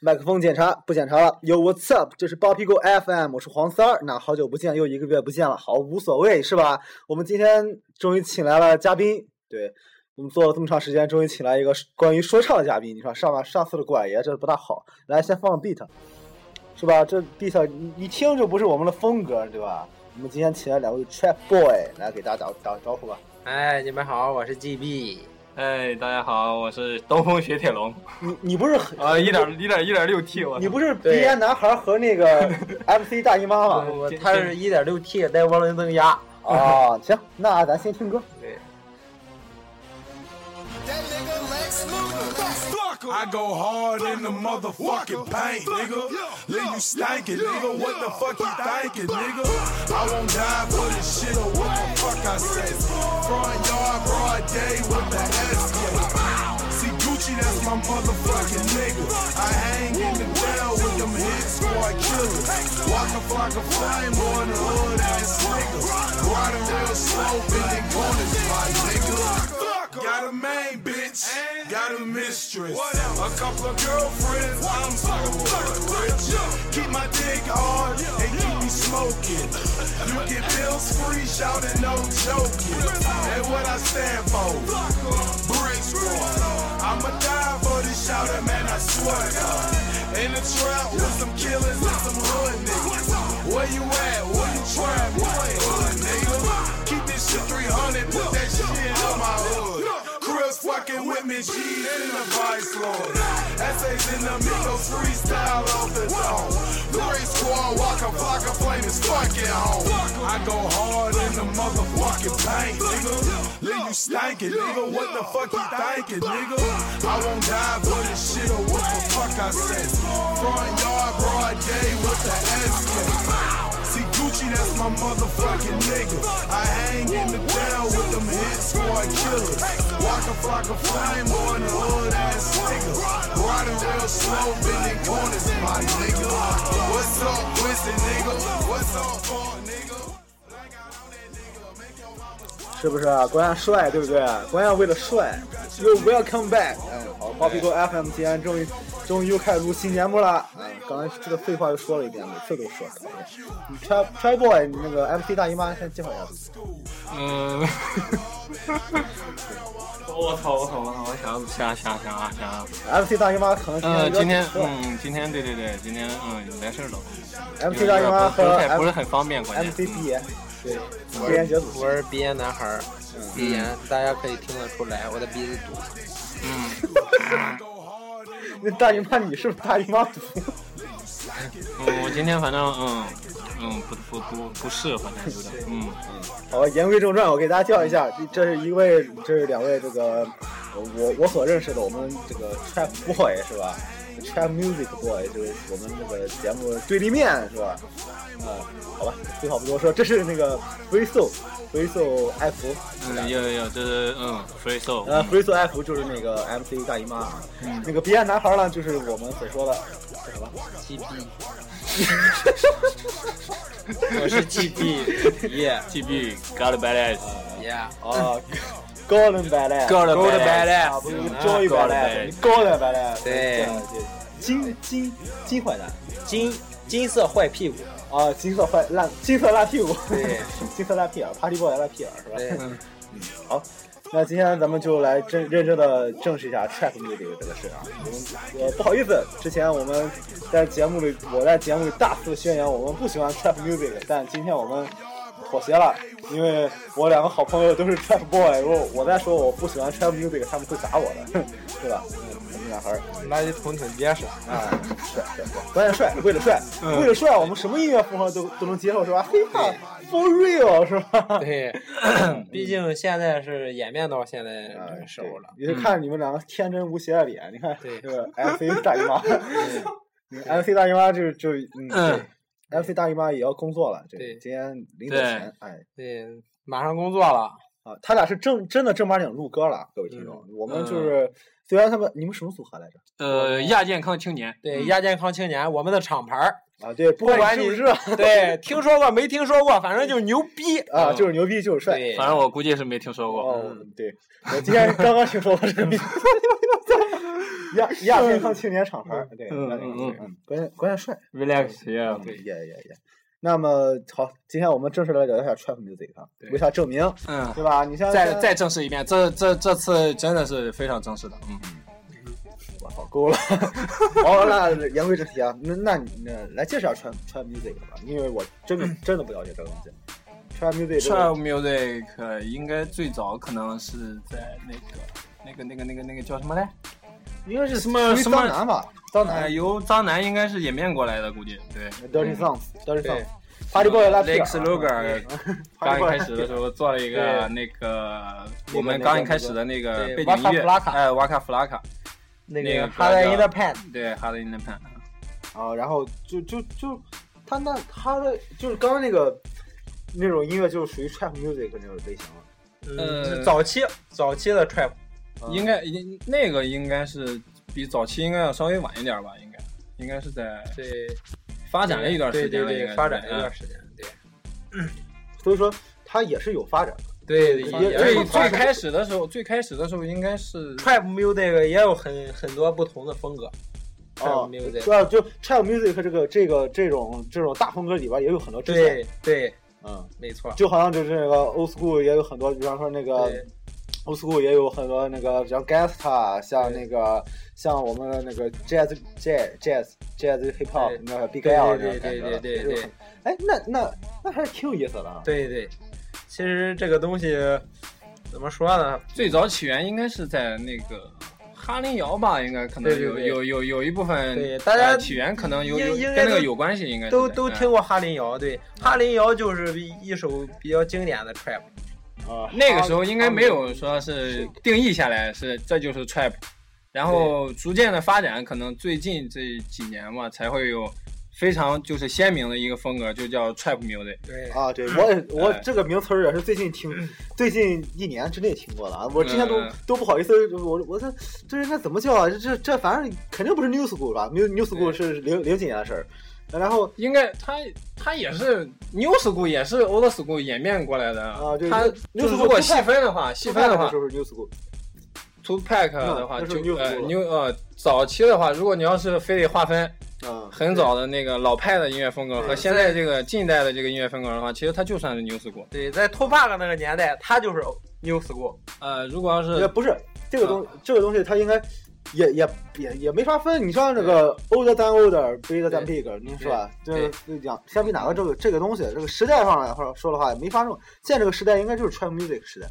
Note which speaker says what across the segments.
Speaker 1: 麦克风检查不检查了？Yo what's up？这是包皮狗 FM，我是黄三儿。那好久不见，又一个月不见了，好无所谓是吧？我们今天终于请来了嘉宾，对我们做了这么长时间，终于请来一个关于说唱的嘉宾。你说上吧，上次的管爷这不大好，来先放个 beat，是吧？这 beat 一听就不是我们的风格，对吧？我们今天请来两位 trap boy 来给大家打打个招呼吧。
Speaker 2: 哎，你们好，我是 GB。
Speaker 3: 哎，大家好，我是东风雪铁龙
Speaker 1: 你你不是很
Speaker 3: 啊，一点一点一点六 T 我
Speaker 1: 你不是鼻炎男孩和那个 MC 大姨妈吗？
Speaker 2: 我
Speaker 3: 今
Speaker 2: 他是一点六 T 带涡轮增压。
Speaker 1: 啊，行，那咱先听歌。
Speaker 4: I go hard in the motherfucking paint, nigga. Leave you stankin', nigga. What the fuck you thinkin', nigga? I won't die for this shit or what the fuck I say. Front yard, broad day with the SK. See Gucci, that's my motherfucking nigga. I hang in the jail with them hit squad killers. Walk a flock of flame on the hood ass nigga. Riding real slow, bending corners, my nigga. Got a main bitch, got a mistress, a couple of girlfriends. I'm so rich. Keep my dick hard and keep me smoking. You get bills free, shouting no joking. And what I stand for, brick squad. I'ma die for this shouter, man. I swear to God. In the trap with some killers and some hood niggas. Where you at? Where you trap? You ain't hood nigga. Keep this shit 300, put that shit on my hood. Crips fucking with me, G in the Vice Lord. Essays in the Migos freestyle off the dome. Three squad, walk a flock of flame is fucking home. I go hard in the motherfucking paint, nigga. Leave you stankin', nigga. What the fuck you thinkin', nigga? I won't die for this shit or what the fuck I said. Front yard, broad day with the SK. See Gucci, that's my motherfucking nigga. I hang in the jail with them hit squad killers. Walk a flock of flame on the hood ass nigga. Riding real slow, bending corners, my nigga. What's up, Quincy nigga? What's up, Fort nigga? Like I own that nigga, make your mama
Speaker 1: 是不是啊？关键帅，对不对？关键为了帅，You welcome back。哎，好，包皮狗 FM 今天终于终于又开始录新节目了。哎，刚才这个废话又说了一遍，每次都说。哎你 Try Try Boy 那个 MC 大姨妈先介绍一下自己。
Speaker 3: 嗯， 我操我操我操，我想想想想啊想啊，
Speaker 1: MC 大姨妈可能
Speaker 3: 嗯，今
Speaker 1: 今
Speaker 3: 天
Speaker 1: 天
Speaker 3: 嗯今天对对对，今天嗯有点事儿了，有
Speaker 1: MC
Speaker 3: 点
Speaker 1: 大姨妈
Speaker 3: 不是
Speaker 1: 和
Speaker 3: 太不是很方便，关键
Speaker 1: MC 鼻炎，对，
Speaker 2: 我
Speaker 1: 鼻炎
Speaker 2: 是
Speaker 1: 解
Speaker 2: 嗯
Speaker 1: 组。
Speaker 2: 我是鼻炎男孩儿，鼻炎，大家可以听得出来，我的鼻子堵。
Speaker 3: 嗯
Speaker 4: go hard in the
Speaker 1: 那大姨妈，你是不是大姨妈组？
Speaker 3: 嗯，我今天反正嗯嗯不不不不是，反正有点嗯
Speaker 1: 好吧，言归正传，我给大家介绍一下，这这是一位，这是两位，这个呃我我所认识的我们这个 trap boy 是吧？trap music boy 就是我们这个节目对立面是吧？嗯，好吧，废话不多说，这是那个 free soul free soul 艾福，
Speaker 3: 嗯有有有这是嗯 free soul，
Speaker 1: 呃，free soul 艾福就是那个 MC 大姨妈，啊，那个鼻炎男孩呢就是我们所说的叫什么？
Speaker 2: GB，我是 GB，Yeah，Yeah，
Speaker 3: GB got badass。
Speaker 1: 啊，golden badass。
Speaker 2: Golden
Speaker 3: Golden
Speaker 2: Badass
Speaker 1: 啊，不是
Speaker 2: 嗯
Speaker 1: Joy
Speaker 3: Golden
Speaker 1: Badass，
Speaker 3: Badass
Speaker 1: 高冷 Badass，
Speaker 2: 对
Speaker 1: 对，金金金坏蛋
Speaker 2: 金金色坏屁股，
Speaker 1: 啊，金色坏烂，金色烂屁股，
Speaker 2: 对，
Speaker 1: 金色烂屁眼，Party Boy 烂屁眼是吧？
Speaker 2: 对，
Speaker 1: 好，那今天咱们就来真认真的正视一下 trap music 这个事啊。我们呃不好意思，之前我们在节目里，我在节目里大肆宣扬我们不喜欢 trap music，但今天我们妥协了，因为我两个好朋友都是 trap boy，如果我再说我不喜欢 trap music，他们会打我的， 对吧？嗯，我们俩还是。
Speaker 2: 那就捅挺结实。
Speaker 1: 啊，帅帅帅，关键帅，为了帅，为了帅，我们什么音乐风格都都能接受，是吧？黑怕 for real 是吧？
Speaker 2: 对， 毕竟现在是演变到现在
Speaker 1: 啊
Speaker 2: 这个时候了。
Speaker 1: 对也是看你们两个天真无邪的脸，你看
Speaker 2: 对
Speaker 1: 这个 MC 大姨妈嗯，MC 大姨妈就就嗯。对 MC 大姨妈也要工作了，这
Speaker 2: 对
Speaker 1: 今天临走前，哎，
Speaker 2: 对，马上工作了，
Speaker 1: 啊，他俩是正真的正八经录歌了，各位听众，我们就是虽然他们你们什么组合来着？
Speaker 3: 呃亚健康青年，
Speaker 2: 对，亚健康青年，我们的厂牌儿，
Speaker 1: 啊，对，不
Speaker 2: 不管
Speaker 1: 是不
Speaker 2: 你
Speaker 1: 是
Speaker 2: 对，听说过没听说过，反正就是牛 逼。
Speaker 3: 呃
Speaker 1: 啊，就是牛逼就是帅，哦
Speaker 2: 对，
Speaker 3: 反正我估计是没听说过。
Speaker 1: 哦，对，我今天刚刚听说过这个名字， 亚亚健康青年厂牌儿，对，
Speaker 3: 嗯
Speaker 1: 亚健康青
Speaker 3: 嗯
Speaker 1: 年嗯，关键关键帅，
Speaker 3: relax 呀，
Speaker 1: 对，也也也。那么好，今天我们正式来聊一下 trap music 啊，
Speaker 2: 对
Speaker 1: 为啥证明，
Speaker 3: 嗯，
Speaker 1: 对吧？你像
Speaker 3: 再再正式一遍，这这这次真的是非常正式的，嗯，
Speaker 1: 我操，够了。 好，那言归正题啊，那那你那来介绍 trap trap music 吧，因为我真的真的不了解这个东西。trap music 这
Speaker 3: trap
Speaker 1: 个
Speaker 3: music 呃应该最早可能是在那个那个那个那个那个叫什么来？
Speaker 1: 应该是
Speaker 3: 什么
Speaker 1: 属于
Speaker 3: 什么
Speaker 1: 脏男吧？脏
Speaker 3: 呃，
Speaker 1: 男
Speaker 3: 由张楠应该是演变过来的，估计对。
Speaker 1: ，dirty songs，dirty
Speaker 3: 对
Speaker 1: songs，party 嗯 boy 拉皮啊
Speaker 3: Lex Luger 刚一开始的时候做了一个
Speaker 1: 嗯对
Speaker 3: 那个
Speaker 1: 那个
Speaker 3: 我们刚一开始的那个背景音乐，
Speaker 2: 对，Waka Flocka
Speaker 3: 哎，Waka Flocka，
Speaker 2: 那
Speaker 3: 那个
Speaker 2: 个哈雷伊的 pan，
Speaker 3: 对，Hard in the Pan，
Speaker 1: 啊，然后就就就他那他的就是刚刚那个那种音乐就属于 trap music 那种类型了。
Speaker 2: 嗯，
Speaker 3: 呃
Speaker 2: 是早期早期的 trap，
Speaker 1: 啊
Speaker 3: 应该应那个应该是比早期应该要稍微晚一点吧，应该应该是在
Speaker 2: 对，
Speaker 3: 发展了一段时间了，
Speaker 2: 对对
Speaker 3: 应该
Speaker 2: 对，
Speaker 3: 是
Speaker 2: 发展了一
Speaker 3: 嗯
Speaker 2: 段时间，对。
Speaker 1: 所以说他也是有发展的。
Speaker 2: 对，
Speaker 1: 也对
Speaker 2: 也是
Speaker 3: 最
Speaker 1: 发
Speaker 2: 有
Speaker 3: 最
Speaker 2: 发
Speaker 1: 展
Speaker 2: 展
Speaker 3: 开始的时候，最开始的时候应该是
Speaker 2: trap music 也有很很多不同的风格
Speaker 1: 啊
Speaker 2: ，trap，music，
Speaker 1: 对啊，就 trap music 这个这个这种这种大风格里边也有很多支线，
Speaker 2: 对对，
Speaker 1: 嗯，
Speaker 2: 没错，
Speaker 1: 就好像就是那个 old school 也有很多，比方说那
Speaker 3: 呃
Speaker 1: 个
Speaker 2: 对
Speaker 1: old school 也有很多那个像 gangsta，像
Speaker 2: 对
Speaker 1: 那个像我们的那个 jazz jazz jazz jazz hip hop
Speaker 2: 对
Speaker 1: 那个 big
Speaker 2: 对
Speaker 1: L
Speaker 2: 对对对对对对，
Speaker 1: 哎，那那那还是挺有意思的啊。
Speaker 2: 对对。其实这个东西怎么说呢？
Speaker 3: 最早起源应该是在那个哈林摇吧，应该可能
Speaker 2: 对对
Speaker 3: 有
Speaker 2: 对
Speaker 3: 有有有一部分
Speaker 2: 对大家
Speaker 3: 呃起源可能有
Speaker 2: 应
Speaker 3: 有
Speaker 2: 应
Speaker 3: 跟
Speaker 2: 该
Speaker 3: 那个
Speaker 2: 都
Speaker 3: 有关系，应该是
Speaker 2: 都
Speaker 3: 在
Speaker 2: 都
Speaker 3: 哎
Speaker 2: 听过哈林谣，对，哈林谣就是一首比较经典的 trap，
Speaker 1: 啊，
Speaker 3: 那个时候应该没有说是定义下来是这就是 trap，然后逐渐的发展，可能最近这几年嘛才会有非常就是鲜明的一个风格，就叫 trap music。
Speaker 2: 对，
Speaker 1: 啊， 对我也我
Speaker 3: 哎
Speaker 1: 这个名词儿也是最近听，最近一年之内听过的啊。我之前都
Speaker 3: 嗯
Speaker 1: 都不好意思，我我这这应该怎么叫啊？这这这反正肯定不是 new school 吧？new new school
Speaker 3: 对
Speaker 1: 是零零几年的事儿。然后
Speaker 3: 应该它它也是 new school，也是 old school 演变过来的。
Speaker 1: 啊对
Speaker 3: 它
Speaker 1: new-
Speaker 3: 就
Speaker 1: new
Speaker 3: 是
Speaker 1: school
Speaker 3: 如果
Speaker 1: 不
Speaker 3: 细
Speaker 1: 太
Speaker 3: 分的话，细分的话
Speaker 1: 就是 new school，
Speaker 3: ，two pack 的话
Speaker 1: 那
Speaker 3: 就
Speaker 1: 那是 new
Speaker 3: 呃
Speaker 1: school 了
Speaker 3: new 呃早期的话，如果你要是非得划分，
Speaker 1: 啊，
Speaker 3: 很早的那个老派的音乐风格
Speaker 1: 对
Speaker 3: 和现在这个近代的这个音乐风格的话，其实它就算是 new school。
Speaker 2: 对，在 Tupac 那个年代，他就是 New School，
Speaker 3: 呃，如果要
Speaker 1: 也
Speaker 3: 是
Speaker 1: 不是这个
Speaker 3: 嗯
Speaker 1: 东这个东西，它应该也也也也没法分。你像这个 older than older, bigger than big，你是吧？就是讲相比哪个这个这个东西，这个时代上来说的话，也没法弄。现在这个时代应该就是 trap music 时代，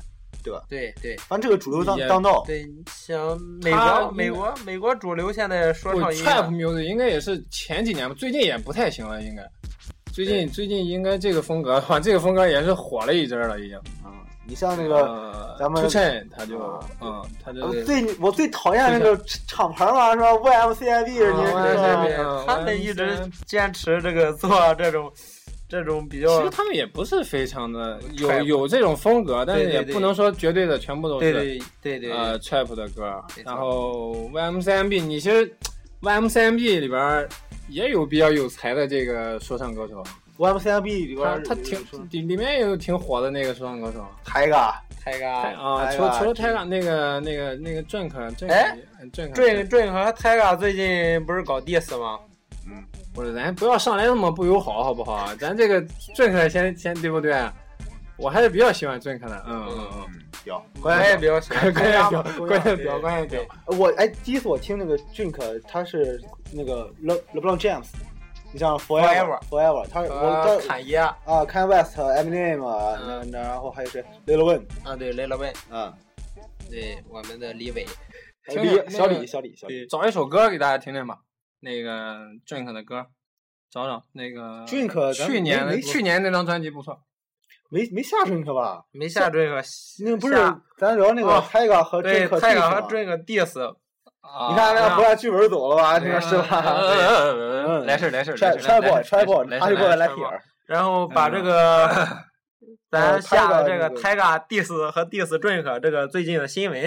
Speaker 2: 对对
Speaker 1: 反正这个主流当
Speaker 3: 也
Speaker 1: 当道。
Speaker 2: 对，你想美
Speaker 3: 他
Speaker 2: 国美国美国主流现在说
Speaker 3: 不
Speaker 2: 唱音
Speaker 1: 啊
Speaker 3: trap
Speaker 2: 乐，
Speaker 3: music 应该也是前几年吧，最近也不太行了，应该。最近最近应该这个风格的话，这个风格也是火了一阵儿了，已经。
Speaker 1: 嗯，你像那个。
Speaker 3: 呃，
Speaker 1: 咱们
Speaker 3: 出衬他就
Speaker 1: 啊
Speaker 3: 嗯，他就
Speaker 1: 我
Speaker 3: 是
Speaker 1: 最我最讨厌那个厂牌嘛，是吧？YMCIB，你
Speaker 3: 啊
Speaker 1: 知道吗
Speaker 3: YMCIB 嗯
Speaker 2: 他们一直坚持这个做这种这种比
Speaker 3: 其实
Speaker 2: 较，
Speaker 3: 他们也不是非常的有
Speaker 2: Trap
Speaker 3: 有这种风格，但是
Speaker 2: 对对
Speaker 3: 也
Speaker 2: 对
Speaker 3: 不能说绝对的全部都是。
Speaker 2: 对对对对，
Speaker 3: 呃 trap 的歌，
Speaker 2: 没错
Speaker 3: 然后 YMCMB，你其实 YMCMB 里边儿也有比较有才的这个说唱歌手，
Speaker 1: ？YMCIB 里边儿
Speaker 3: 他他挺里里面也有挺火的那个说唱歌手
Speaker 2: 啊
Speaker 1: 抬个
Speaker 2: 泰
Speaker 3: 哎
Speaker 2: 嘎。
Speaker 3: 啊，
Speaker 1: 哎
Speaker 3: 除
Speaker 1: 呀
Speaker 3: 除了
Speaker 1: 这
Speaker 3: Tyga 那个那个那个 Drake，
Speaker 2: 哎
Speaker 3: Drake
Speaker 2: Drake Drake 和 Tyga 最近不是搞 diss 吗？
Speaker 3: 不是咱不要上来那么不友好好不好？咱这个 Drake 先先对不对？我还是比较喜欢 Drake 的，嗯嗯嗯。
Speaker 1: 有
Speaker 2: 我也比较喜欢
Speaker 3: 关键
Speaker 2: Tyga
Speaker 3: 表，
Speaker 2: 嘛。
Speaker 1: 不一样
Speaker 3: 关键
Speaker 2: 对
Speaker 3: 表，关键表。
Speaker 1: 我哎，第一次我听那个 Drink，他是那个 Le LeBron James，你像 Forever Forever，他是
Speaker 2: 呃
Speaker 1: 我，他
Speaker 2: 侃爷啊，
Speaker 1: 啊，Kanye West、Eminem，啊
Speaker 2: 嗯
Speaker 1: 那然后还有谁？Lil Wayne，
Speaker 2: 对，雷老问，
Speaker 1: 嗯，
Speaker 2: 对，我们的李伟，
Speaker 1: 小
Speaker 3: 听着
Speaker 1: 李小
Speaker 3: 那个
Speaker 1: 李小李小李
Speaker 3: 找一首歌给大家听听吧，那个 Drink 的歌，找找那个
Speaker 1: Drink，咱们
Speaker 3: 去年
Speaker 1: 没
Speaker 3: 的
Speaker 1: 没
Speaker 3: 去年那张专辑不错，
Speaker 1: 没没下 Drink 吧？
Speaker 2: 没下 Drake，
Speaker 1: 那不是
Speaker 2: 下
Speaker 1: 咱聊那个
Speaker 2: 哦
Speaker 1: Tyga 和
Speaker 2: 对
Speaker 1: Drink，
Speaker 2: Tyga 和 Drake diss，
Speaker 1: 你看那
Speaker 2: 啊呃
Speaker 1: 不按剧本走了吧？这个是吧？
Speaker 3: 吧来事儿来事儿，
Speaker 1: 揣揣嗯 boy 揣 boy，他就过来来撇儿。
Speaker 2: 然后把这个咱下的这个
Speaker 1: 嗯
Speaker 2: Tyga diss 和 diss Drake 这个最近的新闻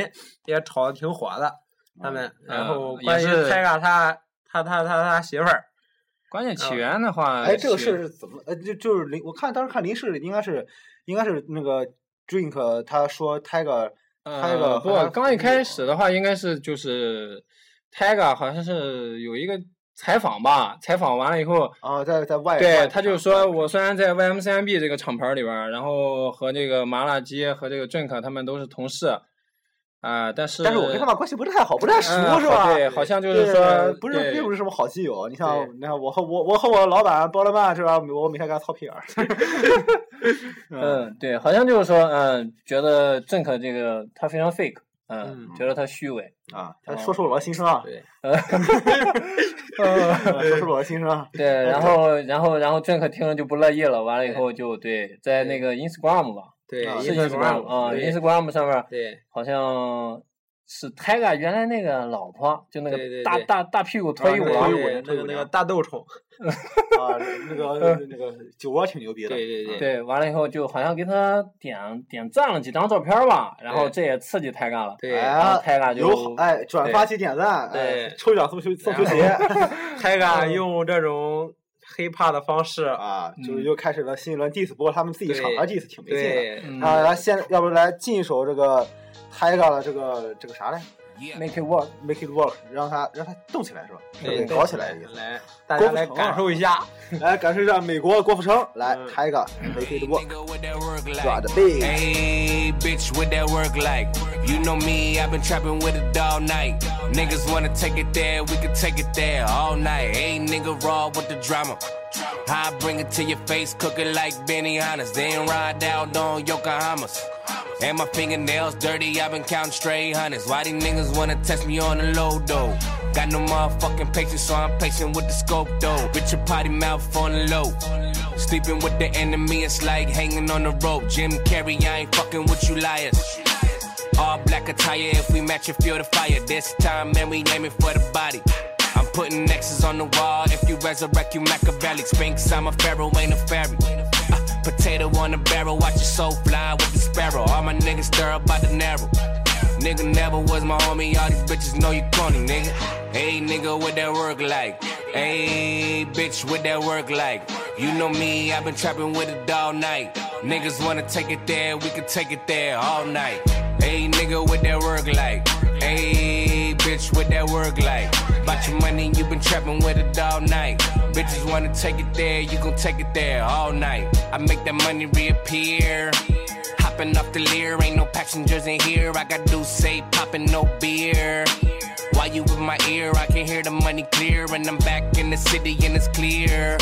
Speaker 2: 也炒的挺火的，他们，然后
Speaker 3: 嗯
Speaker 2: 关于
Speaker 3: 也是
Speaker 2: Tyga 他他他他他媳妇儿，
Speaker 3: 关键起源的话，
Speaker 1: 嗯哎，这个
Speaker 3: 起
Speaker 1: 事儿是怎么？呃，就就是林，我看当时看林氏应该是，应该是那个 Drink 他说 Tiger
Speaker 3: 呃
Speaker 1: 开个
Speaker 3: 不
Speaker 1: 好像，
Speaker 3: 刚一开始的话应该是就是 Tiger 好像是有一个采访吧，采访完了以后，
Speaker 1: 啊，在在外
Speaker 3: 对
Speaker 1: 外
Speaker 3: 他就说，我虽然在 YMCMB 这个厂牌里边儿，然后和这个麻辣鸡和这个 Drink 他们都是同事，啊、但是
Speaker 1: 但是我跟他们关系不是太好，不太熟，
Speaker 3: 嗯
Speaker 1: 是吧？
Speaker 3: 对，好像就
Speaker 1: 对，
Speaker 3: 是说
Speaker 1: 不是并不
Speaker 3: 是
Speaker 1: 是什么好基友。你
Speaker 3: 对
Speaker 1: 像，你看我和我我和我老板包勒曼是吧？我每天跟他操屁眼儿。 嗯，
Speaker 3: 嗯，对，好像就是说，嗯，觉得 Drink 这个他非常 fake，嗯，
Speaker 2: 嗯
Speaker 3: 觉得他虚伪，
Speaker 1: 啊，他说出了我的心声啊，
Speaker 2: 对，
Speaker 1: 说
Speaker 3: 嗯。
Speaker 1: 出了我的心声啊。
Speaker 3: 对，然后然后然后 Drink 听了就不乐意了，完了以后就对，在那个 Instagram 吧，
Speaker 2: 对
Speaker 1: 啊
Speaker 3: 是
Speaker 2: Instagram
Speaker 3: 啊
Speaker 2: 对
Speaker 3: Instagram 上面
Speaker 2: 对
Speaker 3: 好像是 Tiger 原来那个老婆，就那
Speaker 2: 对
Speaker 3: 个
Speaker 2: 对
Speaker 3: 大
Speaker 2: 对
Speaker 3: 大大屁股脱衣舞
Speaker 1: 对
Speaker 3: 郎
Speaker 1: 脱衣舞，
Speaker 2: 对那个那个大豆虫，
Speaker 1: 啊，那个那个酒窝挺牛逼的。
Speaker 2: 对对对
Speaker 3: 对，完了以后就好像给他点点赞了几张照片吧，然后
Speaker 2: 对
Speaker 3: 这也刺激 Tiger 了，
Speaker 2: 对
Speaker 3: 然后
Speaker 1: 哎，
Speaker 3: Tiger
Speaker 1: 有
Speaker 3: 就
Speaker 1: 哎转发及点赞，哎
Speaker 2: 对哎
Speaker 1: 抽奖送球送球鞋
Speaker 2: ，Tiger 用这种 hiphop 的方式，
Speaker 1: 啊，就
Speaker 3: 嗯
Speaker 1: 又开始了新一轮 diss，不过他们自己厂牌 diss 挺没劲的。
Speaker 2: 对
Speaker 3: 嗯
Speaker 1: 啊，来先，要不来进一首这个 Tiger 的这个这个啥来
Speaker 3: make it work，
Speaker 1: ，Make it work，让他让他动起来是吧？
Speaker 2: 对，
Speaker 1: 搞起来的意思。
Speaker 2: 来，大家来感受一下。
Speaker 1: 来感受一下美国郭富城，来
Speaker 2: 嗯
Speaker 1: Tiger Make it work，
Speaker 5: Nigga, what that work like?
Speaker 1: Drop the beat.
Speaker 5: Hey, bitch, what that work like? You know me, I've been trapping with it all night. Niggas wanna take it there, we can take it there all night. Hey, nigga, raw with the drama. I bring it to your face, cook it like Benny Hannes. Then ride out on Yokohamas. And my fingernails dirty, I've been counting straight hundreds. Why these niggas wanna test me on the low though? Got no motherfucking patience, so I'm patient with the scope though. Richard potty mouth on the low. Sleeping with the enemy, it's like hanging on the rope. Jim Carrey, I ain't fucking with you liars. All black attire, if we match it, feel the fire. This time, man, we aiming for the body. I'm putting X's on the wall. If you resurrect, you Machiavelli. Sphinx, I'm a pharaoh, ain't a fairy. Uh, potato on a barrel, watch your soul fly with the sparrow. All my niggas stir up by the narrow. Nigga never was my homie, all these bitches know you corny, nigga. Hey, nigga, what that work like? Hey, bitch, what that work like? You know me, I've been trapping with it all night. Niggas wanna take it there, we can take it there all night. Hey, nigga, what that work like? Hey, bitch, what that work like? About your money, you been trapping with it all night. Bitches wanna take it there, you gon' take it there all night. I make that money reappear. Hopping off the leer, ain't no passengers in here. I got do say popping no beer. While you with my ear, I can hear the money clear. And I'm back in the city and it's clear.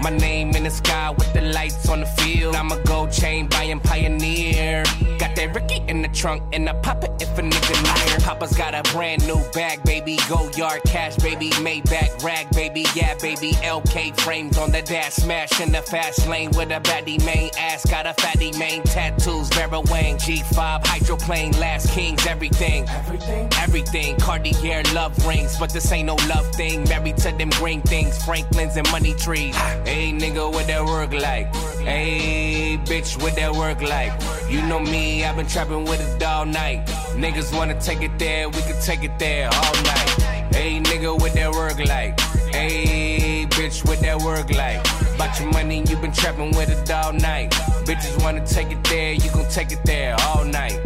Speaker 5: My name in the sky with the lights on the field. I'm a gold chain buying pioneer. Got that Ricky in the trunk and I pop it if a nigga near. Papa's got a brand new bag, baby. Go yard cash, baby. Maybach rag, baby. Yeah, baby. LK frames on the dash. Smash in the fast lane with a baddie main ass. Got a fatty main tattoos. Vera Wang, G5, hydroplane, last kings, everything. Everything? Everything. Cartier love rings, but this ain't no love thing. Married to them green things, Franklin's and money trees. hey, nigga, what that work like? Hey, bitch, what that work like? You know me, I've been trapping with it all night. Niggas wanna take it there, we can take it there all night. Hey, nigga, what that work like? Hey, bitch, what that work like? About your money, you been trapping with it all night. Bitches wanna take it there, you gon' take it there all night.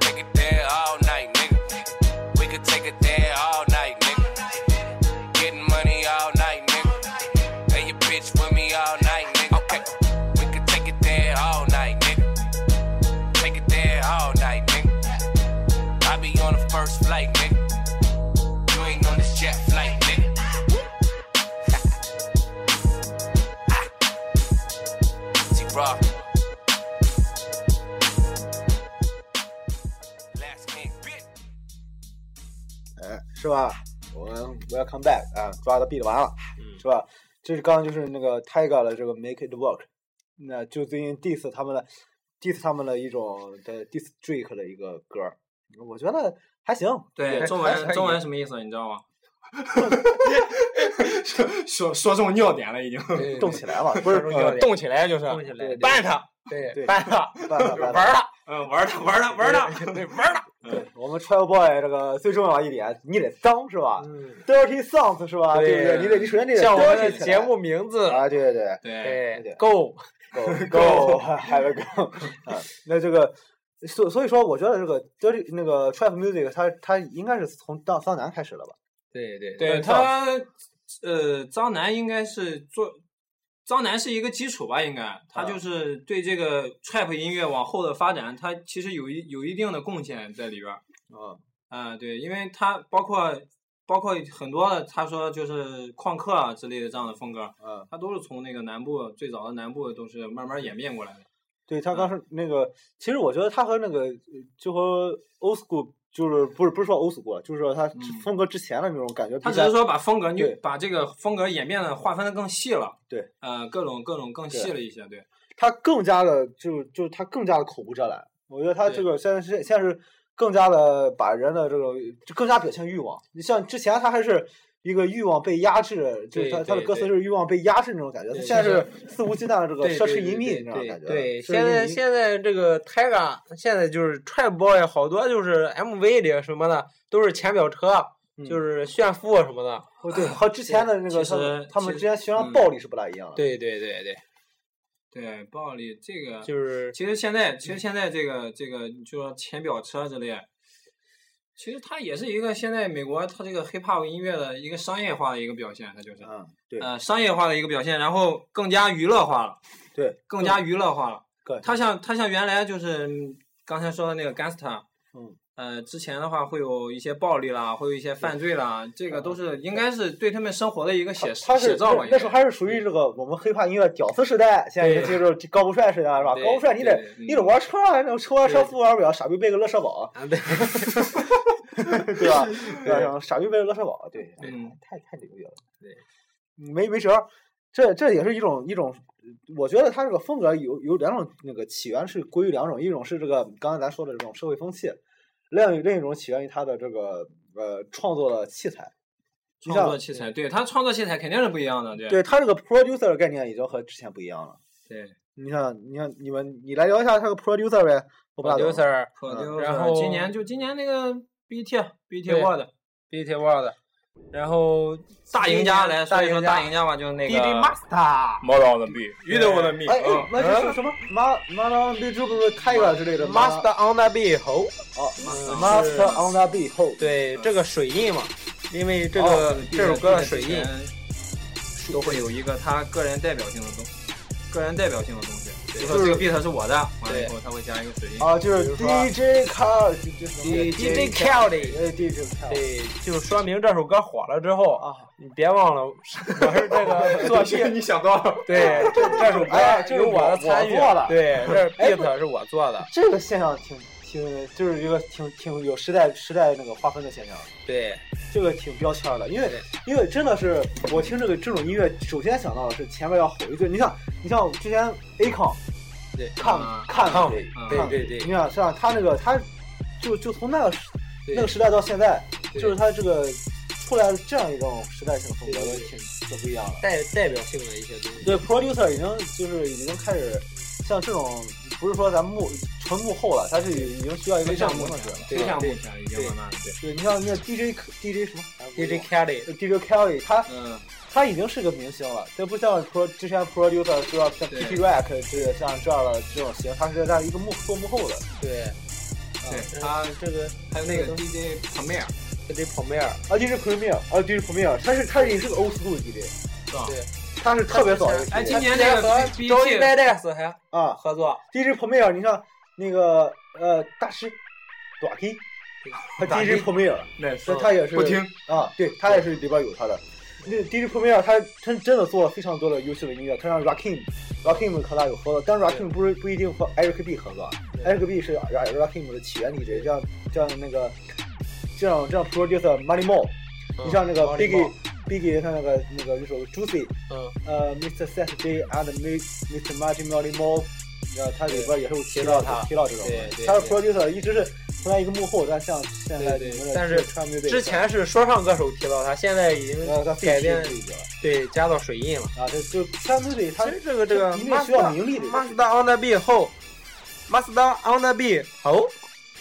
Speaker 5: Take it there all night, nigga. We could take it there all night, nigga. Getting money all night, nigga. Hey, your bitch with me all night, nigga. Okay, we could take it there all night, nigga. Take it there all night, nigga. I be on the first flight, nigga. You ain't on this jet flight, nigga. T-Raw. Last king, bitch.
Speaker 1: 哎，是吧？我们 Welcome back 啊，抓的 beat 完了，是吧？这是刚刚就是那个 Tiger 的这个 Make it work，那就最近 diss 他们的 diss 他们的一种的 diss Drake 的一个歌儿，我觉得还行。也
Speaker 3: 对，中
Speaker 1: 还
Speaker 3: 文
Speaker 1: 还
Speaker 3: 中文什么意思你知道吗？ 说说中尿点了已经，
Speaker 1: 动起来了，不是
Speaker 3: 呃动起来就是
Speaker 2: 动起来
Speaker 3: 办他，
Speaker 1: 对
Speaker 3: 办他，
Speaker 1: 办法办
Speaker 3: 玩
Speaker 1: 法。
Speaker 3: 儿他，嗯，玩儿他，玩儿他，玩儿他，对，玩儿他。
Speaker 1: 对我们 Travel Boy 这个最重要一点，你得脏是吧
Speaker 2: 嗯，
Speaker 1: ？Dirty songs 是吧？对不对？
Speaker 2: 对
Speaker 1: 你得你首先得
Speaker 2: 像我们
Speaker 1: dirty
Speaker 2: 的
Speaker 1: 起来
Speaker 2: 节目名字，
Speaker 1: 啊，对对对。
Speaker 3: 对，
Speaker 2: 对
Speaker 1: 对
Speaker 2: ，Go，
Speaker 1: 够够，还有 够啊！那这个，所所以说，我觉得这个 dirty 那个 trap music，它它应该是从到桑南开始的吧？
Speaker 2: 对对
Speaker 3: 对他，呃，张楠应该是做，张楠是一个基础吧，应该他就是对这个 trap 音乐往后的发展，他其实有一有一定的贡献在里边儿。
Speaker 1: 啊，
Speaker 3: 啊、对，因为他包括包括很多的，他说就是旷课啊之类的这样的风格，
Speaker 1: 嗯，
Speaker 3: 他都是从那个南部最早的南部都是慢慢演变过来的。
Speaker 1: 对他刚是那个，其实我觉得他和那个呃就和 old school 就是不是不是说 old school，就是啊说他之
Speaker 3: 嗯
Speaker 1: 风格之前的那种感觉比
Speaker 3: 他
Speaker 1: 较，
Speaker 3: 只是说把风格
Speaker 1: 对
Speaker 3: 你把这个风格演变的划分的更细了，
Speaker 1: 对，
Speaker 3: 呃，各种各种更细
Speaker 1: 对
Speaker 3: 了一些，对，
Speaker 1: 他更加的就就是他更加的口无遮拦。我觉得他这
Speaker 3: 对
Speaker 1: 个现在是现在是更加的把人的这个就更加表现欲望。你像之前他还是一个欲望被压制，就是
Speaker 2: 对
Speaker 1: 他他的
Speaker 2: 对
Speaker 1: 歌词
Speaker 2: 对
Speaker 1: 是欲望被压制那种感觉，他
Speaker 3: 对
Speaker 1: 现在
Speaker 3: 是
Speaker 1: 是肆无忌惮的这个
Speaker 2: 对
Speaker 1: 奢
Speaker 2: 对
Speaker 1: 侈
Speaker 2: 对
Speaker 1: 淫靡
Speaker 2: 对
Speaker 1: 那种
Speaker 2: 对
Speaker 1: 感觉。
Speaker 2: 对，
Speaker 1: 奢
Speaker 2: 现
Speaker 1: 侈
Speaker 2: 在
Speaker 1: 淫靡
Speaker 2: 现在这个 Tiger 现在就是 Trap Boy 好多就是 MV 里什么的都是浅表车，就是炫富什么的。
Speaker 1: 哦对和之前的那个
Speaker 3: 其
Speaker 1: 他们
Speaker 3: 实
Speaker 1: 他们
Speaker 3: 其
Speaker 1: 之
Speaker 3: 实
Speaker 1: 前宣扬
Speaker 3: 嗯
Speaker 1: 暴力是不大一样的。
Speaker 2: 对对对对，
Speaker 3: 对，暴力这个
Speaker 2: 就是
Speaker 3: 其实现在，
Speaker 1: 嗯
Speaker 3: 其实现在这个这个，你就说浅表车之类，其实它也是一个现在美国它这个 hiphop 音乐的一个商业化的一个表现，它就是
Speaker 1: 嗯，对
Speaker 3: 呃商业化的一个表现，然后更加娱乐化了，
Speaker 1: 对，
Speaker 3: 更加娱乐化了。
Speaker 1: 对
Speaker 3: 它像它像原来就是嗯刚才说的那个 gangster，
Speaker 1: 嗯，
Speaker 3: 呃，之前的话会有一些暴力啦，会有一些犯罪啦，这
Speaker 1: 啊
Speaker 3: 个都是应该是对他们生活的一个写
Speaker 1: 他是
Speaker 3: 写照吧。
Speaker 1: 那时候
Speaker 3: 应该
Speaker 1: 还是属于这个我们黑怕音乐屌丝时代，现在已经进入高富帅时代了，是吧？
Speaker 3: 对
Speaker 1: 高富帅你得
Speaker 3: 对对嗯
Speaker 1: 你得玩车啊，那车玩车
Speaker 3: 对
Speaker 1: 富玩不了，傻逼背个乐社保，
Speaker 2: 啊对，
Speaker 1: 对吧？对吧，傻逼背个乐社保，对，
Speaker 3: 嗯
Speaker 1: 太太牛逼了，嗯
Speaker 2: 对，
Speaker 1: 没没辙儿。这这也是一种一种，我觉得他这个风格有有两种那个起源是归于两种，一种是这个刚才咱说的这种社会风气，另另一种起源于他的这个呃创作的器材。你像
Speaker 3: 创作器材，对它创作器材肯定是不一样的，对
Speaker 1: 对他这个 producer 的概念已经和之前不一样了。
Speaker 3: 对。
Speaker 1: 你看，你看，你们，你来聊一下他的 producer 呗，我不大懂
Speaker 2: producer
Speaker 3: 可
Speaker 2: 然
Speaker 3: 然
Speaker 2: 后
Speaker 3: 后嗯今年就今年那个 BT
Speaker 2: 对
Speaker 3: BT World
Speaker 2: BT World，然后
Speaker 3: 大赢家来说
Speaker 2: 大
Speaker 3: 一说
Speaker 2: 赢
Speaker 3: 大赢家吧，就是那个
Speaker 2: DJ Master
Speaker 3: Model on the Beat，遇到我的啊 beat，
Speaker 1: 哎哎，
Speaker 2: 嗯
Speaker 1: 那这是什么？马马上那这个 tiger 之类的
Speaker 2: Master on the Beat 猴，
Speaker 1: 哦
Speaker 2: 是
Speaker 1: ，master on the beat 后，
Speaker 2: 对这个水印嘛，因为这
Speaker 3: 这
Speaker 2: 个这首歌的水印，
Speaker 3: 都会有一个他个人代表性的东，个人代表性的东西，比如说
Speaker 1: 就
Speaker 3: 这
Speaker 1: 是
Speaker 3: 个 beat 是我的，完了
Speaker 2: 对
Speaker 3: 以后他会加一个水印。
Speaker 1: 啊，就是
Speaker 2: 比如说
Speaker 1: DJ car，就就什么
Speaker 2: DJ
Speaker 1: car，
Speaker 2: Kelly。
Speaker 1: 哎，DJ car，
Speaker 2: 对，就说明这首歌火了之后啊，你别忘了 我是这个 作曲
Speaker 3: 你想到了，
Speaker 2: 对，这这首
Speaker 1: 哎
Speaker 2: 歌
Speaker 1: 这是
Speaker 2: 有
Speaker 1: 我
Speaker 2: 的参与，
Speaker 1: 我做的
Speaker 2: 对，这
Speaker 1: 哎不
Speaker 2: beat 是我做的，
Speaker 1: 这个现象挺挺，就是一个挺挺有时代时代那个划分的现象。
Speaker 2: 对，
Speaker 1: 这个挺标签儿的，因为
Speaker 2: 对
Speaker 1: 因为真的是我听这个这种音乐，首先想到的是前面要吼一句，你像你像之前 A con
Speaker 2: 对
Speaker 1: 看
Speaker 3: 啊
Speaker 1: 看
Speaker 2: 看
Speaker 1: 对
Speaker 3: 啊
Speaker 2: 对
Speaker 1: 看
Speaker 2: 对对
Speaker 1: 你想像他那个他就就从那个时
Speaker 2: 对
Speaker 1: 那个时代到现在，
Speaker 2: 对
Speaker 1: 就是他这个出来这样一种时代性风格，
Speaker 2: 对对对
Speaker 1: 挺挺不一样的。
Speaker 2: 代代表性的一些东西，
Speaker 1: 对，producer 已经就是已经开始像这种不是说咱幕纯幕后了，他是已经需要一个
Speaker 3: 非
Speaker 1: 项
Speaker 3: 常
Speaker 1: 目
Speaker 3: 目
Speaker 1: 了
Speaker 3: 前，，
Speaker 2: 对
Speaker 3: 非常
Speaker 2: 对
Speaker 3: 目前已经慢慢的对，
Speaker 1: 对，你像那 DJ DJ 什么哎
Speaker 2: DJ Kelly，
Speaker 1: DJ Kelly 他。
Speaker 3: 嗯，
Speaker 1: 他已经是个明星了，这不像 pro 之前 producer 说要像
Speaker 3: 对
Speaker 1: PT Rack 这像这样的这种型，他是在一个幕做幕后的。嗯
Speaker 2: 对，
Speaker 3: 对
Speaker 2: 啊
Speaker 3: 他，
Speaker 2: 这个
Speaker 3: 还有那个 DJ Premier
Speaker 2: 这得旁边，
Speaker 1: 啊，DJ Premier，啊，DJ Premier，他是他也是个 old school DJ，
Speaker 3: 是吧？
Speaker 2: 对，
Speaker 1: 他是特别早的一个
Speaker 3: 哎，
Speaker 1: DJ
Speaker 3: 今年这个
Speaker 2: 和
Speaker 3: B-
Speaker 2: Joey
Speaker 3: BT
Speaker 2: Badass 还
Speaker 1: 啊
Speaker 2: 合作，
Speaker 1: ，DJ Premier，你像那个呃大师短 K，他 DJ Premier，
Speaker 3: 那
Speaker 1: 所
Speaker 2: 嗯
Speaker 1: 以他也是
Speaker 3: 不听
Speaker 1: 啊，对他也是里边有他的。那 DJ Premier 他他真的做了非常多的优秀的音乐，他让 Rakim。Rakim 和他有合作，但是 Rakim 不是不一定和 Eric B 合作，Eric 啊 B 是 Ra- Rakim 的起源 DJ，像像那个这样这样 producer Money Mo，你像那个
Speaker 2: 嗯 Money
Speaker 1: Biggie
Speaker 2: Mo
Speaker 1: Biggie 他那个那个一首 Juicy，
Speaker 2: 嗯，
Speaker 1: 呃 Mr. Saturday and Mr. Martin Money Mo，然呃后他里边也是有提
Speaker 2: 提到他
Speaker 1: 提到这种
Speaker 2: 对，对
Speaker 1: 他的
Speaker 2: 对
Speaker 1: producer 一直是从来一个幕后，但像现在
Speaker 2: 对对
Speaker 1: 你们的
Speaker 2: 但是
Speaker 1: 这个川乐队
Speaker 2: 之前是说唱歌手提到他，现在已经
Speaker 1: 呃，他
Speaker 2: 改变
Speaker 1: 自己了
Speaker 2: 对加到水印了。
Speaker 1: 啊，这就川乐队他
Speaker 2: 其实这个这个
Speaker 1: 一定需要名利的一个
Speaker 2: Master on the beat 后，Master on the beat 后，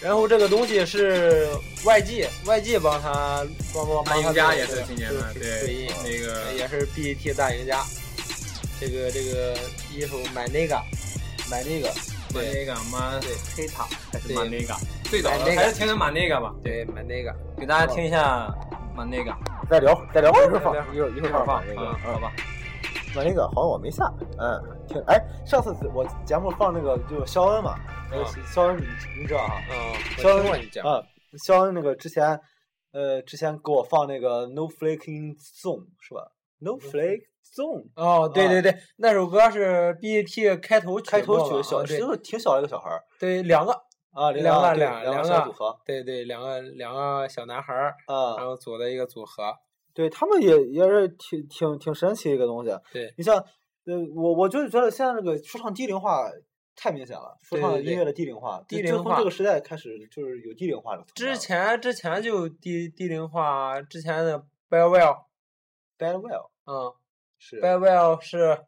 Speaker 2: 然后这个东西是外 g 外 g 帮他帮帮
Speaker 3: 大
Speaker 2: 帮他
Speaker 3: 赢家
Speaker 2: 做
Speaker 3: 也
Speaker 2: 这
Speaker 3: 是
Speaker 2: 个
Speaker 3: 今年的，
Speaker 2: 水水
Speaker 3: 对
Speaker 2: 印，
Speaker 3: 那个
Speaker 2: 也是 BET 大赢家。这个这个一首买那个
Speaker 1: 买那个
Speaker 3: 马内嘎马
Speaker 2: 对黑塔
Speaker 3: 还是
Speaker 2: 对
Speaker 3: 马内嘎，最早
Speaker 2: 马内
Speaker 3: 的
Speaker 2: 嘎
Speaker 3: 还是听的马内嘎吧，
Speaker 2: 对买那个
Speaker 3: 给大家听一下马内嘎。
Speaker 1: 再聊再聊，一会儿放
Speaker 2: 再聊，
Speaker 1: 一会儿一会
Speaker 2: 一会
Speaker 1: 儿
Speaker 2: 儿
Speaker 1: 放
Speaker 2: 放
Speaker 1: 那个
Speaker 3: 嗯，，好吧，
Speaker 1: 把那个好像我没下，嗯，挺哎，上次我节目放那个就肖恩嘛，
Speaker 2: 嗯
Speaker 1: 呃肖恩你知道哈，
Speaker 2: 嗯，
Speaker 1: 肖
Speaker 2: 我
Speaker 1: 恩
Speaker 2: 听过你讲，
Speaker 1: 啊，肖恩那个之前，呃，之前给我放那个 No Flaking Zone 是吧？No Flake Zone
Speaker 2: 哦，对对对，那首歌是 BET 开头曲
Speaker 1: 开头
Speaker 2: 目
Speaker 1: 曲
Speaker 2: 吧
Speaker 1: 的小，
Speaker 2: 啊对
Speaker 1: 就是挺小的一个小孩儿
Speaker 2: 对两个，
Speaker 1: 啊，
Speaker 2: 两
Speaker 1: 个
Speaker 2: 个
Speaker 1: 对两
Speaker 2: 两两
Speaker 1: 小
Speaker 2: 个
Speaker 1: 组合
Speaker 2: 对对，两个两个小男孩儿，然
Speaker 1: 啊，
Speaker 2: 后组的一个组合，
Speaker 1: 对他们也也是挺挺挺神奇的一个东西。
Speaker 2: 对
Speaker 1: 你像，呃，我我就是觉得现在这个说唱低龄化太明显了，说
Speaker 2: 对
Speaker 1: 唱
Speaker 2: 对对
Speaker 1: 音乐的低龄化，
Speaker 2: 低
Speaker 1: 就
Speaker 2: 龄
Speaker 1: 从
Speaker 2: 化
Speaker 1: 这个时代开始就是有低龄化的存在了。
Speaker 2: 之前之前就低低龄化，之前的 b a w e l l
Speaker 1: Bad Well
Speaker 2: 嗯
Speaker 1: 是
Speaker 2: b a w e l l 是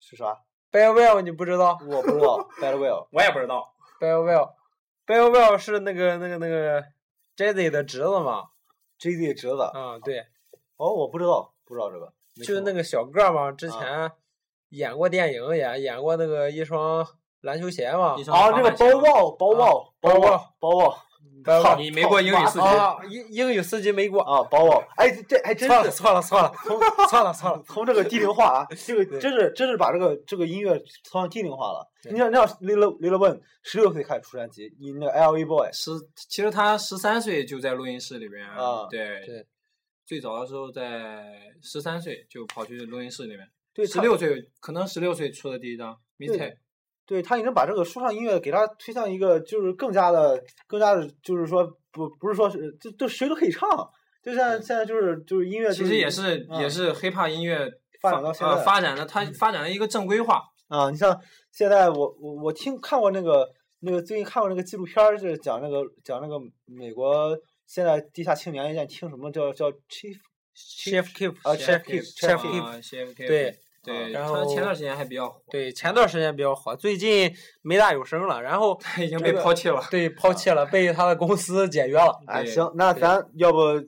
Speaker 1: 是啥？
Speaker 2: b a w e l l 你不知道
Speaker 1: 我不知道 Bad Well
Speaker 3: 我也不知道，
Speaker 2: b a w e l l b a w e l l 是那个那个那个 Jazzy 的侄子嘛，
Speaker 1: JZ 侄子
Speaker 2: 啊、对，
Speaker 1: 哦，我不知道，不知道这个，没
Speaker 2: 就是
Speaker 1: 听
Speaker 2: 那
Speaker 1: 过
Speaker 2: 个小个儿嘛，之
Speaker 1: 啊
Speaker 2: 前演过电影，演演过那个一双篮球鞋嘛
Speaker 3: 一，双
Speaker 1: 啊，这个包爆包
Speaker 2: 啊
Speaker 1: 爆包爆包爆
Speaker 2: 包
Speaker 1: 操
Speaker 2: 爆
Speaker 3: 你没过英语四级，
Speaker 2: 啊，呃英英语四级没过，
Speaker 1: 啊包爆！哎，这还 真
Speaker 2: 错了
Speaker 1: 是
Speaker 2: 错了错了错了错了，
Speaker 1: 从这个低龄化啊， 这个
Speaker 2: 对
Speaker 1: 真是真是把这个这个音乐从低龄化了。
Speaker 2: 对
Speaker 1: 你想，你想 Lil Lil Wayne 十六岁开始出专辑，你那个 L A Boy
Speaker 3: 十，其实他十三岁就在录音室里边，
Speaker 1: 啊
Speaker 3: 对
Speaker 2: 对，
Speaker 3: 最早的时候在十三岁就跑去录音室里面，
Speaker 1: 对
Speaker 3: 十六岁可能十六岁出的第一张《
Speaker 1: 对
Speaker 3: Mistake》，
Speaker 1: 对他已经把这个说唱音乐给他推向一个就是更加的、更加的，就是说不不是说是就就谁都可以唱，就像现在就是就是音乐、
Speaker 3: 其实也是也
Speaker 2: 啊
Speaker 3: 是 hiphop 音乐
Speaker 1: 发展到现
Speaker 3: 呃
Speaker 1: 在
Speaker 3: 发展的
Speaker 2: 嗯
Speaker 3: 它发展了一个正规化，
Speaker 1: 啊，你像现在我我我听看过那个那个最近看过那个纪录片儿，就是讲那个讲那个美国现在地下青年现在听什么叫叫 chief
Speaker 2: Chef Keef
Speaker 1: 啊 Chief Keef，
Speaker 2: Chef Chef
Speaker 1: Chef Keef
Speaker 2: Keef，
Speaker 3: Chef Keef，
Speaker 2: 对啊
Speaker 3: 对，
Speaker 2: 然
Speaker 3: 他
Speaker 2: 后
Speaker 3: 前段时间还比较火，
Speaker 2: 对，前段时间比较火，最近没大有声了，然后
Speaker 3: 已经被抛弃了。
Speaker 2: 对抛弃
Speaker 1: 啊
Speaker 2: 了，被他的公司解约了。
Speaker 1: 哎，
Speaker 3: 对
Speaker 1: 行，那
Speaker 3: 对
Speaker 1: 咱要不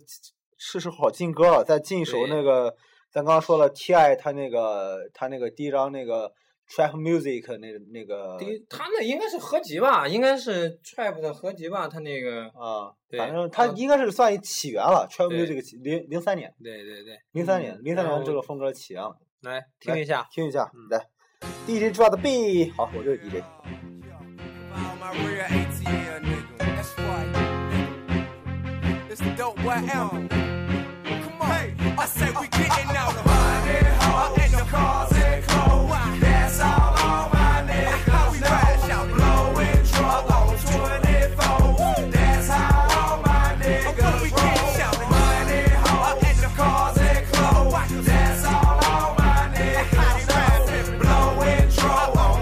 Speaker 1: 试试好劲歌啊了，再进一首
Speaker 3: 对
Speaker 1: 那个咱刚刚说了 T.I. 他那个他那个第一张那个 Trap Music 那那个
Speaker 3: 第一，他那应该是合集吧，应该是 trap 的合集吧，他那个
Speaker 1: 啊，
Speaker 2: 对
Speaker 1: 反正他
Speaker 2: 嗯
Speaker 1: 应该是算起源了，Trap
Speaker 2: 对
Speaker 1: Music 起零零三年，
Speaker 2: 对对对，
Speaker 1: 零三年，零三
Speaker 2: 然
Speaker 1: 年这
Speaker 2: 后
Speaker 1: 个风格起源了，
Speaker 2: 来听一下。
Speaker 1: 听一下，来，DJ drop the beat，好，我就是 DJ。
Speaker 5: Found my real ATL, nigga. That's right. It's the dope boy album. Come on. I say we getting out of money, hoes, and the cars and clothes. That's all on my niggas. How we ride out, blowing truck on 24. That's how all my niggas we getting out of money, hoes, and the cars and clothes. That's all on my niggas. How we ride, blowing truck on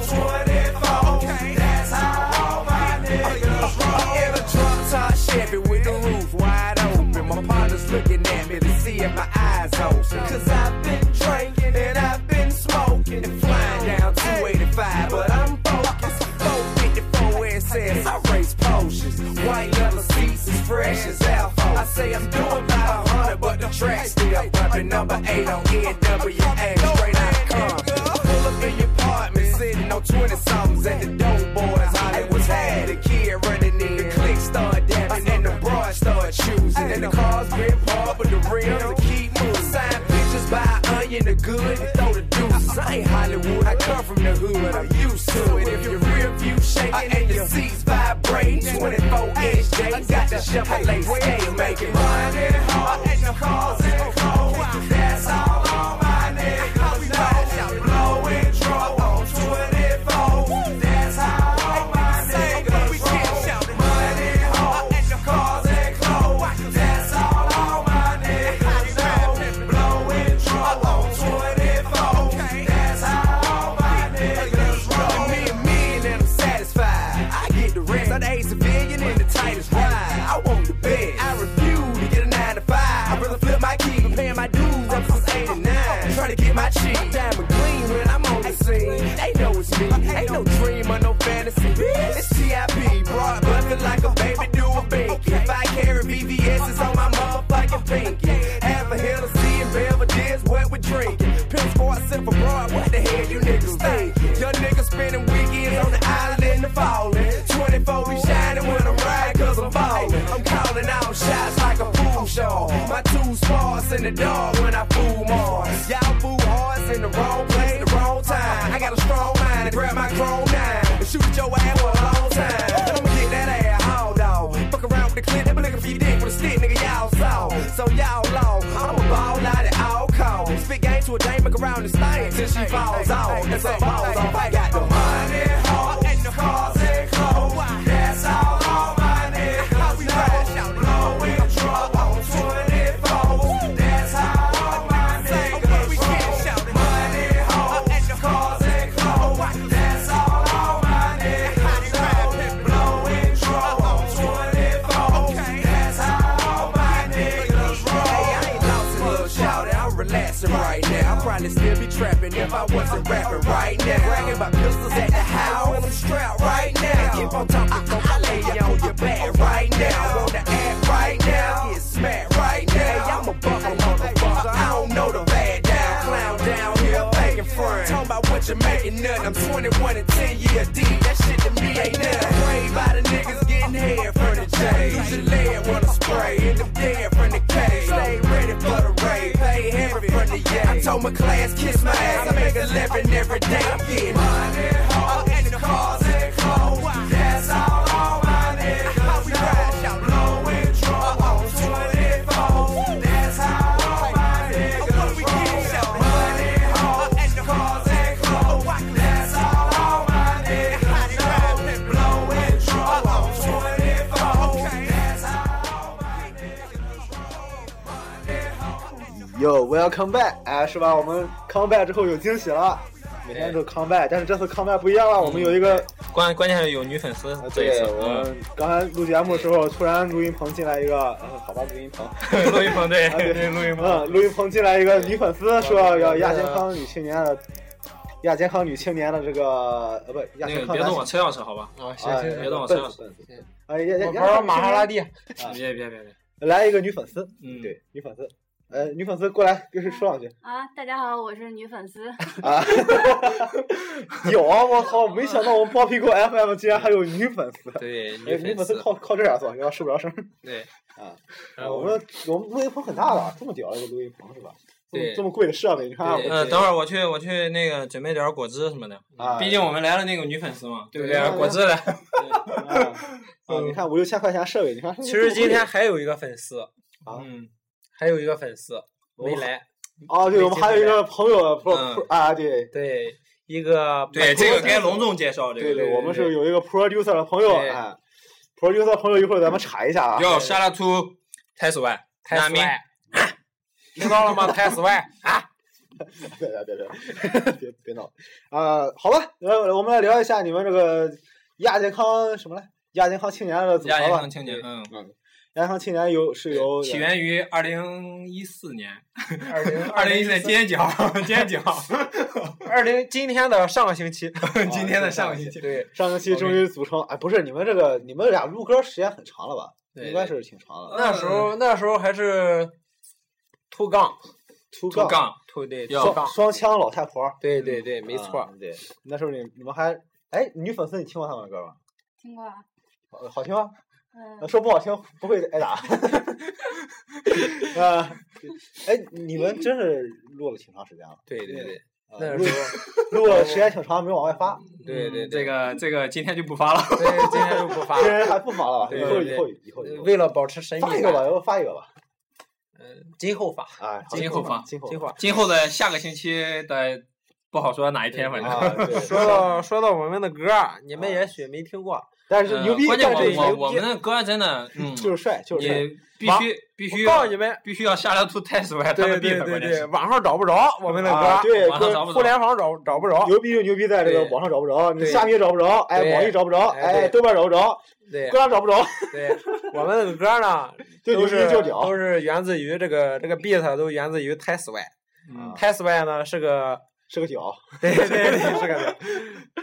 Speaker 5: 24. That's how all my niggas roll. In a drop top Chevy with the roof wide open. My partner's looking at me to see if my eyes open. Cause I've been drinking and I've been smoking and flying down 285, but I'm focused. 454 and says I race potions. White leather seats as fresh as alpha. I say I'm doing about 100, but the track still bumping number 8 on NWA. Straight out come. Pull up in your apartment, sitting on 20 somethings at the dope boys. Hollywood's had a kid running in. The click start dabbing and the broad start choosing. And the cars been hard, but the rims will keep moving. Sign pictures by onion, the good, and throw the deuces. I ain't Hollywood, I come from the hood, I'm used to it. If your rear view shaking and your seats vibrating, 24 inch J's got the Chevrolet scale making money. hard and the cars in the cold. That's all on my niggas. know. Blowing trouble on 24. That's how all my niggas roll. Money hard and the cars in clothes. That's all on my niggas know. Blowing trouble on 24. That's how all my niggas roll. Me and me and I'm satisfied. I get the rest. I'm a civilian in the tightest ride. I want the best. I refuse to get a nine to five. I rather flip my key, been paying my dues up since '89. Trying to get my cheese. Diamond clean when I'm on the scene. They know it's me. Ain't no dream or no fantasy. It's T.I.P. Broad bucking like a baby do a bink. If I carry VVS's on my motherfucking pinky. Half a Hennessy and Belvedere's what we drinking. Pimps for I sip abroad. What the hell you niggas thinking? Young niggas spending weekends on the island in the falling. 24 be shining when I'm riding cause I'm ballin'. I'm calling out shots like a pool show.
Speaker 6: the dog when I fool Mars. Y'all fool hearts in the wrong place, the wrong time. I got a strong mind and grab my chrome nine and shoot at your ass for a long time. And I'ma get that ass hauled off. Fuck around with the clip, they be looking for your dick with a stick, nigga. Y'all saw, so y'all long. I'ma ball out at all costs. Spit game to a dame, make around and slang till she falls off. That's her balls off. I got the money, heart, and the cars and clothes. That's all. all my niggas know. Blowing trouble on 24. That's how all my niggas roll. Money, hoes, cars, and clothes. That's all all my niggas know. Blowing trouble on 24. That's how all my niggas roll. I ain't lost a little shout I'm relaxing right now. I probably still be trapping if I wasn't rapping right now. Bragging about pistols at the house when I'm strapped right now. Keep on talking, folk, I lay you on your back right now. Want to act right now, get smacked right now. I'm a buckle motherfucker. I don't know the bad down, clown down here, begging friends. Talking about what you're making, nothing. I'm 21 and 10 years deep. That shit to me ain't nothing. Afraid by the niggas getting head from the J. Use your leg when I spray in the dead from the cage. Stay ready for the raid. Pay heavy from the yay. I told my class, kiss my ass. I make 11 every day. I'm getting money, hard, and the cars and clothes. That's all, all my niggas know. Blowing trouble on 24. That's how all my niggas roll. Money, hard, and the cars and clothes. That's all, all my niggas know. Blowing trouble on 24. That's how all my niggas roll.
Speaker 1: Yo, welcome back！哎，是吧？我们 come back 之后有惊喜了，每天都 come back，但是这次 come back 不一样了，我们有一个，
Speaker 2: 关关键是有女粉丝
Speaker 3: 啊
Speaker 1: 呃，
Speaker 2: 这一
Speaker 1: 对
Speaker 2: 次，
Speaker 1: 我
Speaker 2: 嗯
Speaker 1: 们刚才录节目的时候，突然录音棚进来一个，呃好吧，录音棚，
Speaker 2: 嗯
Speaker 3: 录音棚对
Speaker 1: 啊对
Speaker 3: 对录 音棚，
Speaker 1: 嗯，录音棚进来一个女粉丝，说要亚健康女青年的，亚健康女青年的这个，呃，不，亚
Speaker 3: 那
Speaker 1: 健
Speaker 3: 个
Speaker 1: 康
Speaker 3: 别
Speaker 1: 男青
Speaker 3: 动我车钥匙好吧？
Speaker 2: 啊，行
Speaker 1: 啊，
Speaker 2: 行，别动我车
Speaker 1: 笨
Speaker 2: 钥匙
Speaker 1: 死，笨死哎，亚
Speaker 2: 我
Speaker 1: 亚
Speaker 2: 玩玛莎拉蒂，
Speaker 1: 啊
Speaker 3: 别别别别，
Speaker 1: 来一个女粉丝，
Speaker 3: 嗯，
Speaker 1: 对，女粉丝，呃，女粉丝过来，就是说两句
Speaker 7: 啊，大家好，我是女粉丝。
Speaker 1: 啊。有啊，我操！没想到我们包皮狗 FM 竟然还有女粉丝。
Speaker 2: 对，
Speaker 1: 哎，女
Speaker 2: 女粉
Speaker 1: 粉丝
Speaker 2: 丝，
Speaker 1: 靠靠这点做，要受不了声。
Speaker 2: 对，
Speaker 1: 啊，
Speaker 2: 然
Speaker 1: 我
Speaker 2: 后
Speaker 1: 们我们录音棚很大的，这么屌一个录音棚是吧？这么
Speaker 2: 对
Speaker 1: 这么贵的设备，你看啊我
Speaker 2: 对
Speaker 1: 们
Speaker 2: 呃，等会儿我去我去那个准备点儿果汁什么的，
Speaker 1: 啊，
Speaker 3: 毕竟我们来了那个女粉丝嘛，对不对
Speaker 1: 对？
Speaker 3: 果汁来，
Speaker 1: 啊，啊你看五六千块钱设备，你看。
Speaker 2: 其实今天还有一个粉 丝，
Speaker 1: 啊
Speaker 2: 嗯，还有一个粉丝没来，
Speaker 1: 哦，对，我们还有一个朋友，pro
Speaker 2: 嗯
Speaker 1: pro- 啊，对
Speaker 2: 对，一个
Speaker 3: 对这个该隆重介绍，这
Speaker 1: 对
Speaker 3: 个
Speaker 1: 对，我们是有一个 producer 的朋友，
Speaker 2: 对
Speaker 1: 哎，producer 朋友一会儿咱们查一下啊。
Speaker 3: 要杀了出太死外，
Speaker 2: 泰
Speaker 3: 纳
Speaker 2: 斯
Speaker 3: 米
Speaker 2: 外， 知道了吗？泰斯外，
Speaker 1: 别别别别别别闹啊！好吧，呃，我们来聊一下你们这个亚健康什么来？亚健康青年的组合
Speaker 3: 亚健
Speaker 1: 吧
Speaker 3: 康。青年，嗯，
Speaker 1: 亚健康青年有是由
Speaker 3: 起源于二零一四年，
Speaker 2: 二零
Speaker 3: 二零一四年今天几号？ 今天几号？
Speaker 2: 二零今天的上个星期，
Speaker 3: 今天的上个星期，
Speaker 2: 对
Speaker 1: 上个期终于组成，哎，不是你们这个，你们俩录歌时间很长了吧？
Speaker 3: 对
Speaker 1: 应该是挺长了。
Speaker 2: 那时候那时候还是 two 杠
Speaker 1: two
Speaker 2: ，two
Speaker 1: 杠，
Speaker 2: 杠 two 对
Speaker 3: 要
Speaker 2: two
Speaker 3: 嗯
Speaker 1: 双
Speaker 2: 杠，
Speaker 1: 双枪老太 婆，
Speaker 2: 对对对，没错
Speaker 1: 啊。。对，那时候你你们还，哎，女粉丝你听过他们的歌吗？
Speaker 7: 听过啊，
Speaker 1: 好好听吗？
Speaker 7: 嗯
Speaker 1: 呃，说不好听不会挨打。 啊，哎，你们真是录了挺长时间了。
Speaker 2: 对对对，
Speaker 1: 啊
Speaker 2: 那
Speaker 1: 录
Speaker 2: 时候
Speaker 1: 录了时间挺长，没往外 发，
Speaker 2: 对对对
Speaker 3: 嗯这个这个今天就不发了。
Speaker 2: 对今天就不发
Speaker 1: 这
Speaker 2: 了。
Speaker 1: 人还不发了吧？以
Speaker 2: 对
Speaker 1: 后
Speaker 2: 对
Speaker 1: 以后以后以后
Speaker 2: 呃为了保持神秘
Speaker 1: 发一个吧，
Speaker 2: 感，
Speaker 1: 要不发一个吧？
Speaker 2: 今后发，
Speaker 1: 啊，
Speaker 3: 今后发
Speaker 1: 今后
Speaker 2: 今
Speaker 1: 发
Speaker 2: 后发。
Speaker 3: 今后的下个星期的不好说哪一天，反正。
Speaker 1: 啊，对
Speaker 2: 说到说到我们的歌儿，你们也许没听过，
Speaker 1: 但是
Speaker 3: 呃
Speaker 1: 牛逼，
Speaker 3: 关键
Speaker 1: 但是
Speaker 3: 我
Speaker 1: 牛
Speaker 3: 我
Speaker 1: 逼，
Speaker 3: 我们的歌真的，嗯，
Speaker 1: 就是帅，就是帅。
Speaker 3: 你必须必须
Speaker 2: 我告
Speaker 3: 要
Speaker 2: 诉你们，
Speaker 3: 必须要下来出 test 外，他
Speaker 2: 对
Speaker 3: 们 beat
Speaker 2: 对
Speaker 3: 的
Speaker 2: 对
Speaker 3: 关键
Speaker 2: 对，
Speaker 3: 是。
Speaker 2: 网上找不着我们的歌儿，
Speaker 1: 啊，对，
Speaker 3: 网上
Speaker 1: 哥
Speaker 3: 找不
Speaker 2: 互
Speaker 3: 着。
Speaker 2: 联网找找不着，
Speaker 1: 牛逼就牛逼在这个
Speaker 2: 对
Speaker 1: 网上找不着，你
Speaker 2: 对
Speaker 1: 虾米也找不着，哎，
Speaker 2: 对
Speaker 1: 网易找不着，
Speaker 2: 哎
Speaker 1: 哎，
Speaker 2: 对
Speaker 1: 豆瓣找不着，
Speaker 2: 对
Speaker 1: 歌上找不着，
Speaker 2: 对，我们的歌儿 呢，
Speaker 1: 就
Speaker 2: 都
Speaker 1: 牛逼
Speaker 2: 是
Speaker 1: 就屌
Speaker 2: 都是源自于这个这个 beat 都源自于 t e s t y
Speaker 3: 嗯
Speaker 2: t e s t y 呢是个
Speaker 1: 啊是个屌
Speaker 2: 对对对，是个，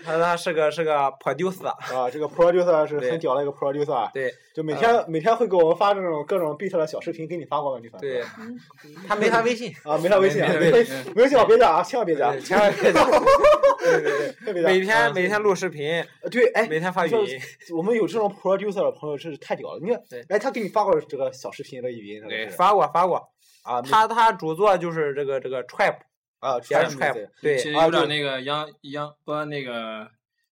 Speaker 2: 他他是个是个 producer，
Speaker 1: 啊！这个 producer 是
Speaker 2: 对
Speaker 1: 很屌的一个 producer，啊
Speaker 2: 对嗯
Speaker 1: 就每天、每天会给我们发这种各种 beat 的小视频，给你发过吗？你发
Speaker 2: 对，他没他微信，
Speaker 1: 啊，没他微信啊，
Speaker 3: 没
Speaker 1: 没
Speaker 3: 没
Speaker 1: 微微信我别加啊，千万别加，
Speaker 2: 对千万别加，对对
Speaker 1: 特别
Speaker 2: 对，
Speaker 1: 加。
Speaker 2: 每天每天录视频，
Speaker 1: 呃对，哎，
Speaker 2: 每天发
Speaker 1: 你说
Speaker 2: 语音，
Speaker 1: 我们有这种 producer 的朋友真是太屌了。你看
Speaker 2: 对，
Speaker 1: 哎，他给你发过这个小视频的语音，他
Speaker 3: 哎
Speaker 2: 对，
Speaker 1: 是
Speaker 2: 发过发过，
Speaker 1: 啊没
Speaker 2: 他他主做就是这个这个 trap，
Speaker 1: 啊，
Speaker 2: 也
Speaker 1: 传
Speaker 2: 是 trap，
Speaker 3: 其实
Speaker 2: 对，
Speaker 1: 啊
Speaker 3: 有
Speaker 1: 对
Speaker 3: 点那个央央不那个，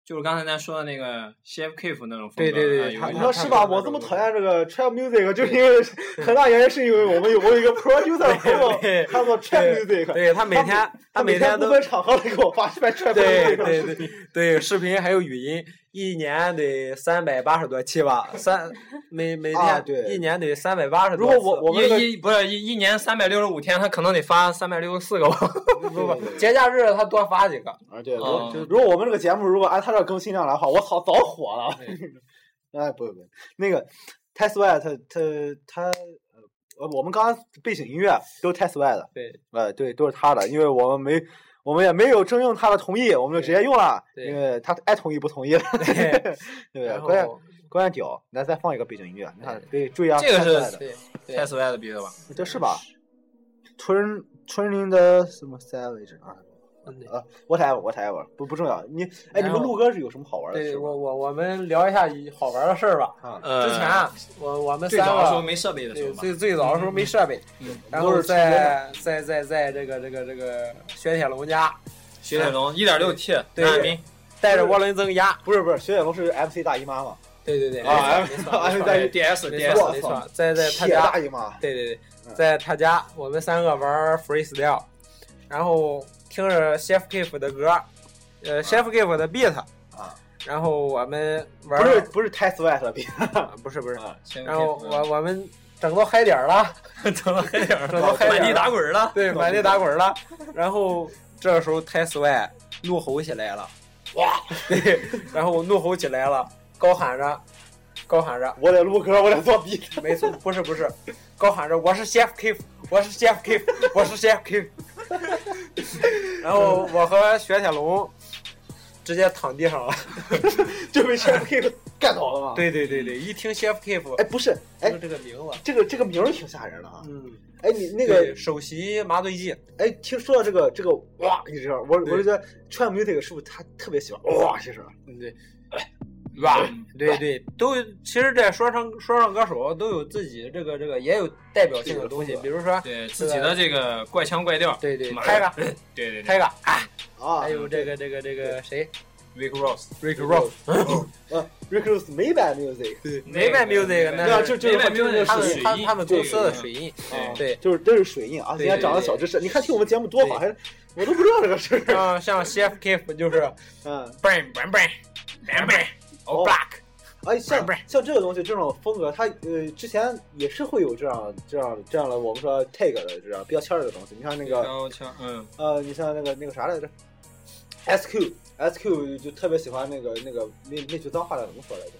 Speaker 3: 就是刚才咱说的那个 Chef Cave 那种风
Speaker 2: 对
Speaker 3: 格。
Speaker 2: 对对
Speaker 3: 啊
Speaker 2: 他
Speaker 3: 有一
Speaker 1: 你
Speaker 3: 点
Speaker 1: 说是吧？
Speaker 3: 差不多
Speaker 1: 我这么
Speaker 3: 那种
Speaker 1: 讨厌这个 trap music，就是因为很大原因是因为我们有我 有一个 producer 朋友，他做 trap
Speaker 2: 对
Speaker 1: music，
Speaker 2: 对他每天
Speaker 1: 他
Speaker 2: 每
Speaker 1: 天
Speaker 2: 天
Speaker 1: 不
Speaker 2: 都
Speaker 1: 分场合的给我发出来 trap music
Speaker 2: 对
Speaker 1: 的
Speaker 2: 对
Speaker 1: 视频
Speaker 2: 对对，视频还有语音，一年得三百八十多期吧，三每每
Speaker 1: 啊
Speaker 2: 天
Speaker 1: 对
Speaker 2: 一年得三百八十
Speaker 1: 如
Speaker 2: 多
Speaker 1: 果我
Speaker 2: 次。
Speaker 1: 我们这个
Speaker 3: 一一不是一一年三百六十五天，他可能得发三百六十四个吧。
Speaker 2: 不不 不， 节假日他多发几个。
Speaker 1: 啊，对，如
Speaker 3: 哦
Speaker 1: 果如果我们这个节目如果按他这更新量来的话，我操，早火了。 哎，不不，那个 Test Y 他他他呃，我们刚刚背景音乐都是 Test Y 的，
Speaker 2: 对，
Speaker 1: 呃，对，都是他的，因为我们没我们也没有征用他的同意，我们就直接用了，
Speaker 2: 对
Speaker 1: 因为他爱同意不同意了， 对
Speaker 2: 对
Speaker 1: 不对？关
Speaker 2: 然
Speaker 1: 键
Speaker 2: 后
Speaker 1: 关键屌，来再放一个背景音乐，你看得注意啊，
Speaker 3: 这个
Speaker 1: Test Y
Speaker 3: 是
Speaker 1: 的，
Speaker 2: 对对
Speaker 3: Test Y 的逼的吧？
Speaker 1: 这是吧？春春林的什么 Savage 啊？啊，whatever whatever，不不重要。你哎，你
Speaker 2: 嗯然
Speaker 1: 们
Speaker 2: 后
Speaker 1: 录歌是有什么好玩的
Speaker 2: 对，
Speaker 1: 事吗？
Speaker 2: 我我我们聊一下以好玩的事儿吧。
Speaker 1: 啊，
Speaker 3: 呃
Speaker 2: 之前啊我我们
Speaker 3: 最
Speaker 2: 三
Speaker 3: 早的时候
Speaker 2: 个
Speaker 3: 没设备的时
Speaker 2: 对
Speaker 3: 候吧。
Speaker 2: 最最早的时候没
Speaker 1: 嗯
Speaker 2: 设备，然
Speaker 1: 都
Speaker 2: 后
Speaker 1: 是
Speaker 2: 在在在在这个这个这个雪铁龙家
Speaker 3: 雪铁龙一点六 T，
Speaker 2: 对
Speaker 3: 难民
Speaker 2: 带着涡轮增压，
Speaker 1: 不是不是，雪铁龙是 MC 大姨妈嘛？
Speaker 2: 对对对
Speaker 3: 哎
Speaker 1: 啊
Speaker 2: 没错没错没
Speaker 1: MC
Speaker 2: 错
Speaker 1: 大姨
Speaker 3: DS
Speaker 2: 没错
Speaker 3: DS
Speaker 2: 没错，在在他
Speaker 1: 铁
Speaker 2: 家
Speaker 1: 大姨妈，
Speaker 2: 对对对，
Speaker 1: 啊嗯
Speaker 2: 在他家，我们三个玩儿 freestyle，然后听着 Chef Kiff 的歌，
Speaker 3: 啊
Speaker 2: 呃、c h e f Kiff 的 beat
Speaker 1: 啊，
Speaker 2: 然后我们玩
Speaker 1: 不
Speaker 2: 儿
Speaker 1: 是不是 Test Sweat 了，比
Speaker 2: 啊不是不是，
Speaker 1: 啊
Speaker 2: 然后
Speaker 3: 嗯
Speaker 2: 我我们整到嗨点儿了，
Speaker 3: 整到黑点儿
Speaker 2: 整到
Speaker 3: 了，
Speaker 2: 黑点儿
Speaker 3: 满地打滚儿了。
Speaker 2: 对，满地打滚了，然后这时候 t e s 外怒吼起来了，哇， 对，然后怒吼起来了，高喊着，高喊着，
Speaker 1: 我得录歌，我得做 B，
Speaker 2: 没错，不是不是，高喊着我是 Chef Kiff，我是 Chef Kiff，我是 Chef Kiff。然后我和雪铁龙直接躺地上了。
Speaker 3: 啊
Speaker 1: 就 被 Chef K 干倒了嘛？，
Speaker 2: 对对对对，一听 Chef Kiff，
Speaker 1: 哎不是，哎
Speaker 2: 就是这个名字。
Speaker 1: 这个这个名儿挺吓人的啊！
Speaker 2: 嗯，
Speaker 1: 哎你那
Speaker 2: 那
Speaker 1: 个
Speaker 2: 首席麻醉剂，
Speaker 1: 哎，听说到这个这个哇一声，我我就
Speaker 2: 对
Speaker 1: 觉得 Trap Music 是不是他特别喜欢哇一声？
Speaker 3: 哇，
Speaker 2: 对对，都有其实这说唱说唱歌手都有自己这个这个也有代表性的东西，比如说
Speaker 3: 对自己的这个怪腔怪调。
Speaker 2: 对对
Speaker 3: 马
Speaker 2: Tiger
Speaker 3: 对对对
Speaker 2: Tiger，
Speaker 1: 啊，
Speaker 2: 还有这个这个这个谁
Speaker 3: ，Rick Ross
Speaker 2: Rick Ross，
Speaker 1: 呃 r i c k r o s 美版 Music
Speaker 2: 没卖 music
Speaker 1: 对啊
Speaker 2: 那
Speaker 1: 就
Speaker 2: 就
Speaker 1: 就
Speaker 3: 没卖
Speaker 1: 就
Speaker 3: music，
Speaker 2: 他
Speaker 1: 是
Speaker 2: 们
Speaker 3: 水
Speaker 2: 他
Speaker 3: 印
Speaker 2: 他们公司的水印，
Speaker 1: 啊，
Speaker 2: 对
Speaker 1: 就是这是水印啊！今
Speaker 2: 对
Speaker 1: 天
Speaker 2: 对
Speaker 1: 长了
Speaker 2: 对啊
Speaker 1: 小知识，你看听我们节目多好，还我都不知道这个事儿。
Speaker 2: 像像 CF Kiff 就是
Speaker 1: 嗯，
Speaker 3: ，Bang Bang Bang Bang Bang
Speaker 2: 哦
Speaker 3: All Black，
Speaker 1: 哎，像
Speaker 3: 不是
Speaker 1: 像这个东西，这种风格，它呃之前也是会有这样这样这样的，我们说 tag 的这样标签儿的东西。你像那个
Speaker 3: 标签，嗯，
Speaker 1: 呃，你像那个那个啥来着，SQ SQ 就特别喜欢那个那个那那句脏话来怎么说来着？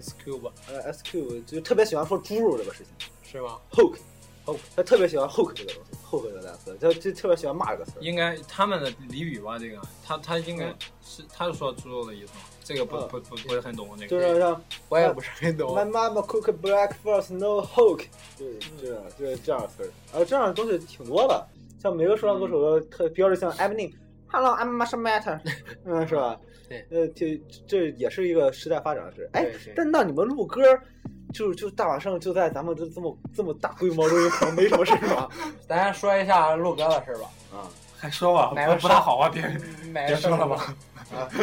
Speaker 2: SQ 吧，
Speaker 1: 呃，SQ 就特别喜欢说猪肉这个事情
Speaker 2: 是吗？
Speaker 1: ，hook hook，他特别喜欢 hook 这个东西，hook 这个单词，他就特别喜欢骂这个词儿。
Speaker 3: 应该他们的俚语吧，这个他他应该
Speaker 1: 嗯
Speaker 3: 是他是说猪肉的意思吗？这个不
Speaker 1: 嗯
Speaker 3: 不不不是很懂这
Speaker 1: 就
Speaker 3: 个。
Speaker 1: 是让
Speaker 2: 我也不是很懂
Speaker 1: My。mama cook breakfast no hook，就是这样，啊就是这样的词儿。然后这样的东西挺多的，像每个说唱歌手的特标志，像 Eminem，Hello I'm much matter，嗯， 是吧？
Speaker 2: 对，
Speaker 1: 呃，这这也是一个时代发展的事。哎
Speaker 2: 对，
Speaker 1: 但那你们录歌，就就大晚上就在咱们这这么这么大规模录音棚，没什么事儿 吗？
Speaker 2: 咱说一下录歌的事儿吧，
Speaker 1: 啊，
Speaker 3: 还说吧
Speaker 2: 买个啥好啊？别买个
Speaker 3: 别说了吧
Speaker 2: 吧，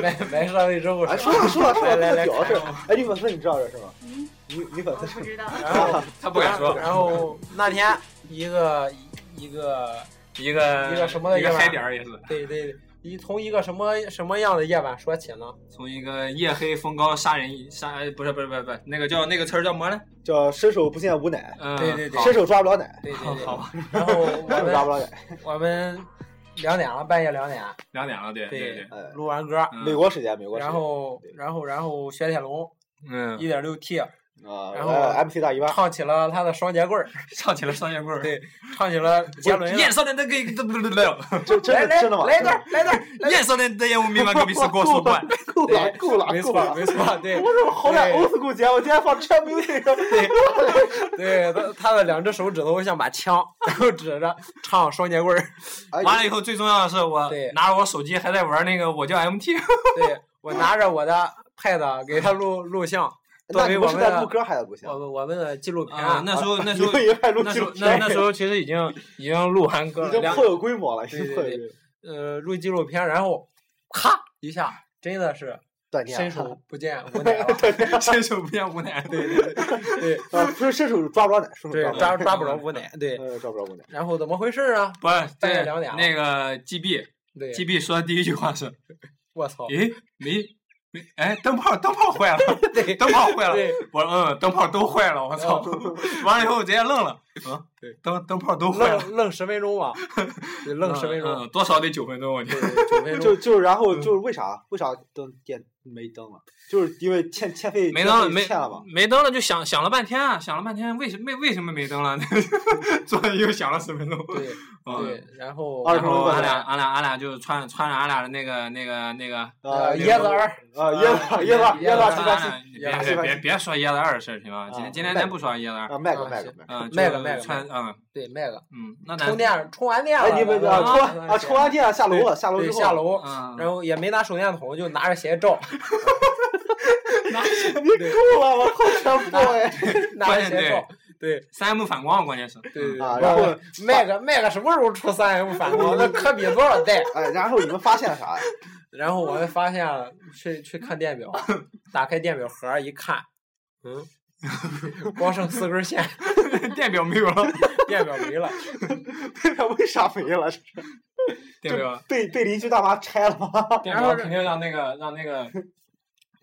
Speaker 2: 买买设备之后
Speaker 1: 哎，
Speaker 2: 说
Speaker 1: 说了说了说了，
Speaker 2: 来来
Speaker 1: 特
Speaker 2: 来
Speaker 1: 屌事
Speaker 2: 看
Speaker 1: 儿。哎，女粉丝你知道这是吗？
Speaker 7: 嗯，
Speaker 1: 女女粉
Speaker 7: 我
Speaker 1: 丝
Speaker 7: 不知道。
Speaker 2: 然后
Speaker 3: 他不敢说。
Speaker 2: 然后那天一个一一个
Speaker 3: 一个
Speaker 2: 一个什么的
Speaker 3: 一
Speaker 2: 夜
Speaker 3: 个
Speaker 2: 晚
Speaker 3: 黑点儿也是，
Speaker 2: 对对，一从一个什么什么样的夜晚说起呢？
Speaker 3: 从一个夜黑风高杀人杀哎不是不是不是不是那个叫那个词儿叫什么呢？
Speaker 1: 叫伸手不见五奶，
Speaker 3: 嗯，
Speaker 2: 对对对
Speaker 3: 好
Speaker 1: 伸手抓不着奶，
Speaker 2: 对
Speaker 3: 好
Speaker 2: 对
Speaker 3: 好
Speaker 2: 对，
Speaker 3: 吧，
Speaker 2: 然后我
Speaker 1: 伸 手抓不
Speaker 2: 们
Speaker 1: 着奶。
Speaker 2: 我们两点了，半夜两点
Speaker 3: 两点了，对
Speaker 2: 对
Speaker 3: 对，
Speaker 1: 哎，
Speaker 2: 录完歌，
Speaker 3: 嗯
Speaker 1: 美国时间，美国时间。
Speaker 2: 然后然后然后雪铁龙
Speaker 3: 嗯
Speaker 2: 一点六 T，
Speaker 1: 啊，
Speaker 2: 然后
Speaker 1: 来 MC 大姨 妈，
Speaker 2: 唱起了他的双截棍儿，
Speaker 3: 唱起了双截棍儿，
Speaker 2: 对，唱起了杰伦的。
Speaker 3: 燕少年的歌，
Speaker 1: 这真
Speaker 2: 来
Speaker 1: 的
Speaker 2: 来
Speaker 1: 真的吗？
Speaker 2: 来一段，来 一段。
Speaker 3: 燕少年的烟雾弥漫戈壁是过树冠。
Speaker 1: 够了，够了，
Speaker 2: 没
Speaker 1: 够
Speaker 2: 错，
Speaker 1: 了！
Speaker 2: 没错，对，
Speaker 1: 我怎么好歹
Speaker 2: 对
Speaker 1: old school 节，我今天放 trap music，
Speaker 2: 对他他的两只手指头像把枪，然后指着唱双截棍儿。
Speaker 1: 哎
Speaker 3: 完了以后，最重要的是我
Speaker 2: 对
Speaker 3: 拿着我手机还在玩那个我叫 MT，
Speaker 2: 对我拿着我的 pad 给他 录录像，作
Speaker 1: 那
Speaker 2: 为
Speaker 1: 你
Speaker 2: 我
Speaker 1: 们是
Speaker 2: 们
Speaker 1: 在录
Speaker 2: 的
Speaker 1: 歌还是录像
Speaker 2: 我？们我们的纪录片。
Speaker 3: 啊，那时候那时候
Speaker 1: 你们也还录
Speaker 3: 那
Speaker 1: 纪
Speaker 3: 时候
Speaker 1: 录
Speaker 3: 那
Speaker 1: 片？
Speaker 3: 那 时候其实已经已经录完歌
Speaker 1: 已
Speaker 3: 了，
Speaker 1: 经
Speaker 3: 两
Speaker 1: 颇有规模了，已
Speaker 2: 对
Speaker 1: 经
Speaker 2: 对
Speaker 1: 颇有
Speaker 2: 对
Speaker 1: 规模
Speaker 2: 呃录纪录片，然后咔一下，真的是
Speaker 1: 断电
Speaker 2: 伸
Speaker 1: 了。
Speaker 2: 手不 见五指了。
Speaker 3: 伸手不见五指。 对对对，
Speaker 2: 对
Speaker 1: 啊，不是伸手抓不着奶，伸手
Speaker 2: 对，嗯
Speaker 1: 抓
Speaker 2: 抓
Speaker 1: 不
Speaker 2: 抓不着五奶。对，
Speaker 1: 呃，抓不着我奶。
Speaker 2: 然后怎么回事啊？
Speaker 3: 不是
Speaker 2: 半夜
Speaker 3: 对
Speaker 2: 两点了
Speaker 3: 那个 GB
Speaker 2: 对，
Speaker 3: GB 说的第一句话是，
Speaker 2: 我操！
Speaker 3: 诶没没哎灯泡灯泡坏了。
Speaker 2: 对
Speaker 3: 灯泡坏了
Speaker 2: 对，
Speaker 3: 我说嗯，灯泡都坏了，我操！ 完了以后我直接愣了，嗯，
Speaker 2: 对，
Speaker 3: 灯灯泡都坏了，
Speaker 2: 愣愣十分钟 吧，得愣十分
Speaker 3: 嗯，
Speaker 2: 钟
Speaker 3: 嗯，多少得九分钟，我觉得。
Speaker 2: 对九 分
Speaker 1: 就
Speaker 2: 钟。
Speaker 1: 就然后就是为啥为啥灯电没灯了？就是因为欠欠费
Speaker 3: 没
Speaker 1: 电
Speaker 3: 灯了，
Speaker 1: 费
Speaker 3: 没
Speaker 1: 欠了吧？
Speaker 3: 没灯了，就想想了半天啊，想了半天，为什么为什么没灯了？ 坐着又想了十分钟。
Speaker 2: 对
Speaker 3: 嗯，
Speaker 2: 对，然后
Speaker 1: 二十
Speaker 3: 然
Speaker 1: 分钟
Speaker 3: 后
Speaker 1: 吧
Speaker 3: 俺俩俺俩俺俩就穿穿着俺俩的那个那个那个
Speaker 1: 啊，
Speaker 2: 呃
Speaker 1: 椰
Speaker 2: 椰子
Speaker 1: 子
Speaker 2: 二
Speaker 1: 啊，椰子椰子椰
Speaker 2: 椰
Speaker 1: 子
Speaker 2: 子
Speaker 1: 二
Speaker 2: 二
Speaker 1: 七
Speaker 3: 穿
Speaker 1: 八
Speaker 3: 俺
Speaker 1: 七
Speaker 3: 俩
Speaker 2: 椰子
Speaker 3: 别别别别说椰子二的事儿行吗？今
Speaker 1: 啊
Speaker 3: 天今天
Speaker 1: 卖
Speaker 3: 咱
Speaker 1: 个
Speaker 3: 不说椰子二，
Speaker 1: 啊，卖个
Speaker 2: 啊
Speaker 1: 卖个
Speaker 2: 行
Speaker 1: 卖个。
Speaker 3: 嗯，
Speaker 2: 卖
Speaker 3: 就
Speaker 2: 个卖个
Speaker 3: 穿嗯
Speaker 2: 对卖个
Speaker 3: 嗯，那咱
Speaker 2: 充电，充完电了，
Speaker 1: 哎，你们啊，
Speaker 2: 然后
Speaker 1: 充完啊，充完电下楼了，下楼
Speaker 2: 对
Speaker 1: 之后
Speaker 2: 下楼，
Speaker 3: 嗯，
Speaker 2: 然后也没拿手电筒，就拿着鞋照，
Speaker 1: 你够了，我好全部哎。
Speaker 2: 拿着鞋照，对
Speaker 3: 三 M 反光，关键是
Speaker 2: 对对。
Speaker 1: 啊，然后
Speaker 2: 卖个卖个什么时候出三 M 反光？那科比多少代？
Speaker 1: 哎，然后你们发现了啥 呀？
Speaker 2: 然后我们发现了，去去看电表，打开电表盒儿一看，嗯，光剩四根线，
Speaker 3: 电表没有了，
Speaker 2: 电表没了。
Speaker 1: 为啥没了？
Speaker 3: 电表
Speaker 1: 被被邻居大妈拆了吗？
Speaker 3: 电表肯定让那个让那个，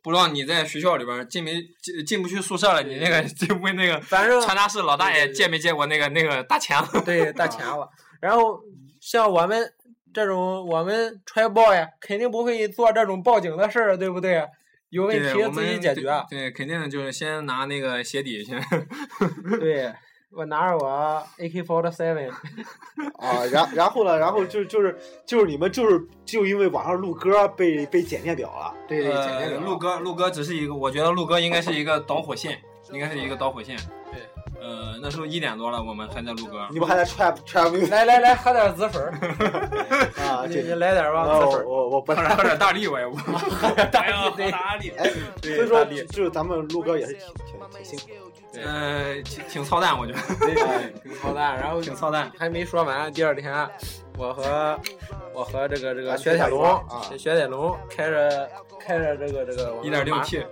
Speaker 3: 不知道你在学校里边儿进没进进不去宿舍了，你那个 进不那个
Speaker 2: 反正
Speaker 3: 传达室老大
Speaker 2: 对
Speaker 3: 爷
Speaker 2: 对对
Speaker 3: 借没借过那个那个大钱了？
Speaker 2: 对，大钱了。然后像我们这种，我们揣报呀，肯定不会做这种报警的事儿，对不对？有问
Speaker 3: 对我
Speaker 2: 题自己
Speaker 3: 们
Speaker 2: 解决。啊
Speaker 3: 对，对肯定就是先拿那个鞋底先。
Speaker 2: 对我拿着我 AK forty seven，
Speaker 1: 啊，然然后呢，然后就就是就是你们就是就因为网上录歌被被检电表了，
Speaker 2: 对对，简单
Speaker 3: 呃，陆哥，陆哥只是一个，我觉得陆哥应该是一个导火线，应该是一个导火线。对，呃，那时候一点多了，我们还在录歌。
Speaker 1: 你们还在 trap trap music
Speaker 2: 来来来，喝点紫粉儿，
Speaker 1: 啊？
Speaker 2: 你
Speaker 1: 这
Speaker 2: 你来点儿吧，
Speaker 1: 啊，
Speaker 2: 紫
Speaker 1: 我
Speaker 2: 粉儿。
Speaker 1: 我我不
Speaker 3: 喝点喝点大 力，我也无。喝点大力，大力。
Speaker 1: 哎，所以说就是咱们录歌也是挺挺挺辛苦
Speaker 3: 呃，挺挺操蛋，我 觉得。
Speaker 1: 的。
Speaker 2: 挺操蛋，然后
Speaker 3: 挺操蛋。
Speaker 2: 还没说完，第二天，我和我和这个这
Speaker 1: 啊
Speaker 2: 个雪铁龙
Speaker 1: 啊，
Speaker 2: 雪铁龙开着开着这个这个我们
Speaker 3: 一点六 T，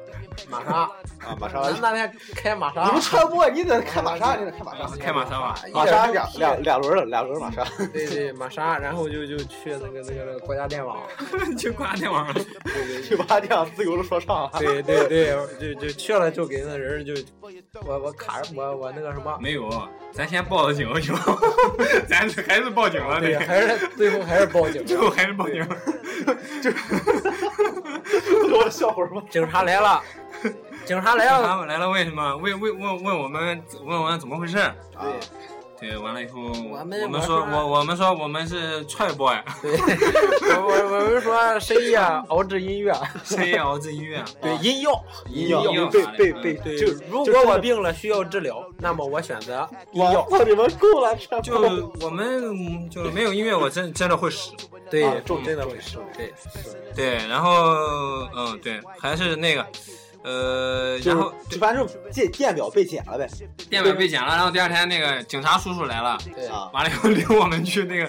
Speaker 2: 玛玛莎，
Speaker 1: 啊，马上
Speaker 2: 咱们那天开玛莎
Speaker 1: 你，们穿播，你得开玛莎，你得开玛莎，
Speaker 3: 开玛莎吧。
Speaker 1: 玛莎两两两轮了，两轮玛莎。
Speaker 2: 对对玛莎，然后就就去那个那个那个国家电 网，
Speaker 3: 去挂电网了。
Speaker 1: 去吧，这样自由的说唱啊了。
Speaker 2: 对对对，就就去了就给那人就我我卡着我我那个什么，
Speaker 3: 没有，咱先报的警行吗？ 咱还是报警了，
Speaker 2: 对，
Speaker 3: 对，
Speaker 2: 还是最后还是报警
Speaker 3: 最
Speaker 2: 了，
Speaker 3: 后还是报警。
Speaker 1: 我的笑会 儿吗？
Speaker 2: 警察来了，警察来
Speaker 3: 他
Speaker 2: 了，
Speaker 3: 们来了，为什么？问问问问我们，问我们怎么回事？啊
Speaker 1: 对，
Speaker 3: 对，完了以后，我
Speaker 2: 们
Speaker 3: 们
Speaker 2: 我
Speaker 3: 说，
Speaker 2: 说
Speaker 3: 我我们说我们是踹 boy，啊
Speaker 2: 对，我我我们说深夜熬制音乐，
Speaker 3: 深夜熬制音乐，啊
Speaker 2: 对音药。
Speaker 1: 音
Speaker 3: 药
Speaker 1: 药被被被
Speaker 2: 啊对，
Speaker 1: 就
Speaker 2: 如
Speaker 1: 就
Speaker 2: 果
Speaker 1: 真
Speaker 2: 我
Speaker 1: 的
Speaker 2: 病了需要治疗，那么我选择医
Speaker 1: 我
Speaker 2: 药。
Speaker 1: 操你们够了，这
Speaker 3: 就我们嗯就是没有音乐，我真真的会死。
Speaker 2: 对
Speaker 1: 啊重
Speaker 2: 真的
Speaker 1: 重
Speaker 2: 会
Speaker 1: 重
Speaker 2: 对，
Speaker 3: 对，然后嗯，对，还是那个，呃，然后
Speaker 1: 就是反正电电表被剪了呗。
Speaker 3: 电表被剪了，然后第二天那个警察叔叔来了，
Speaker 2: 对
Speaker 1: 啊，
Speaker 3: 完了以后领我们去那个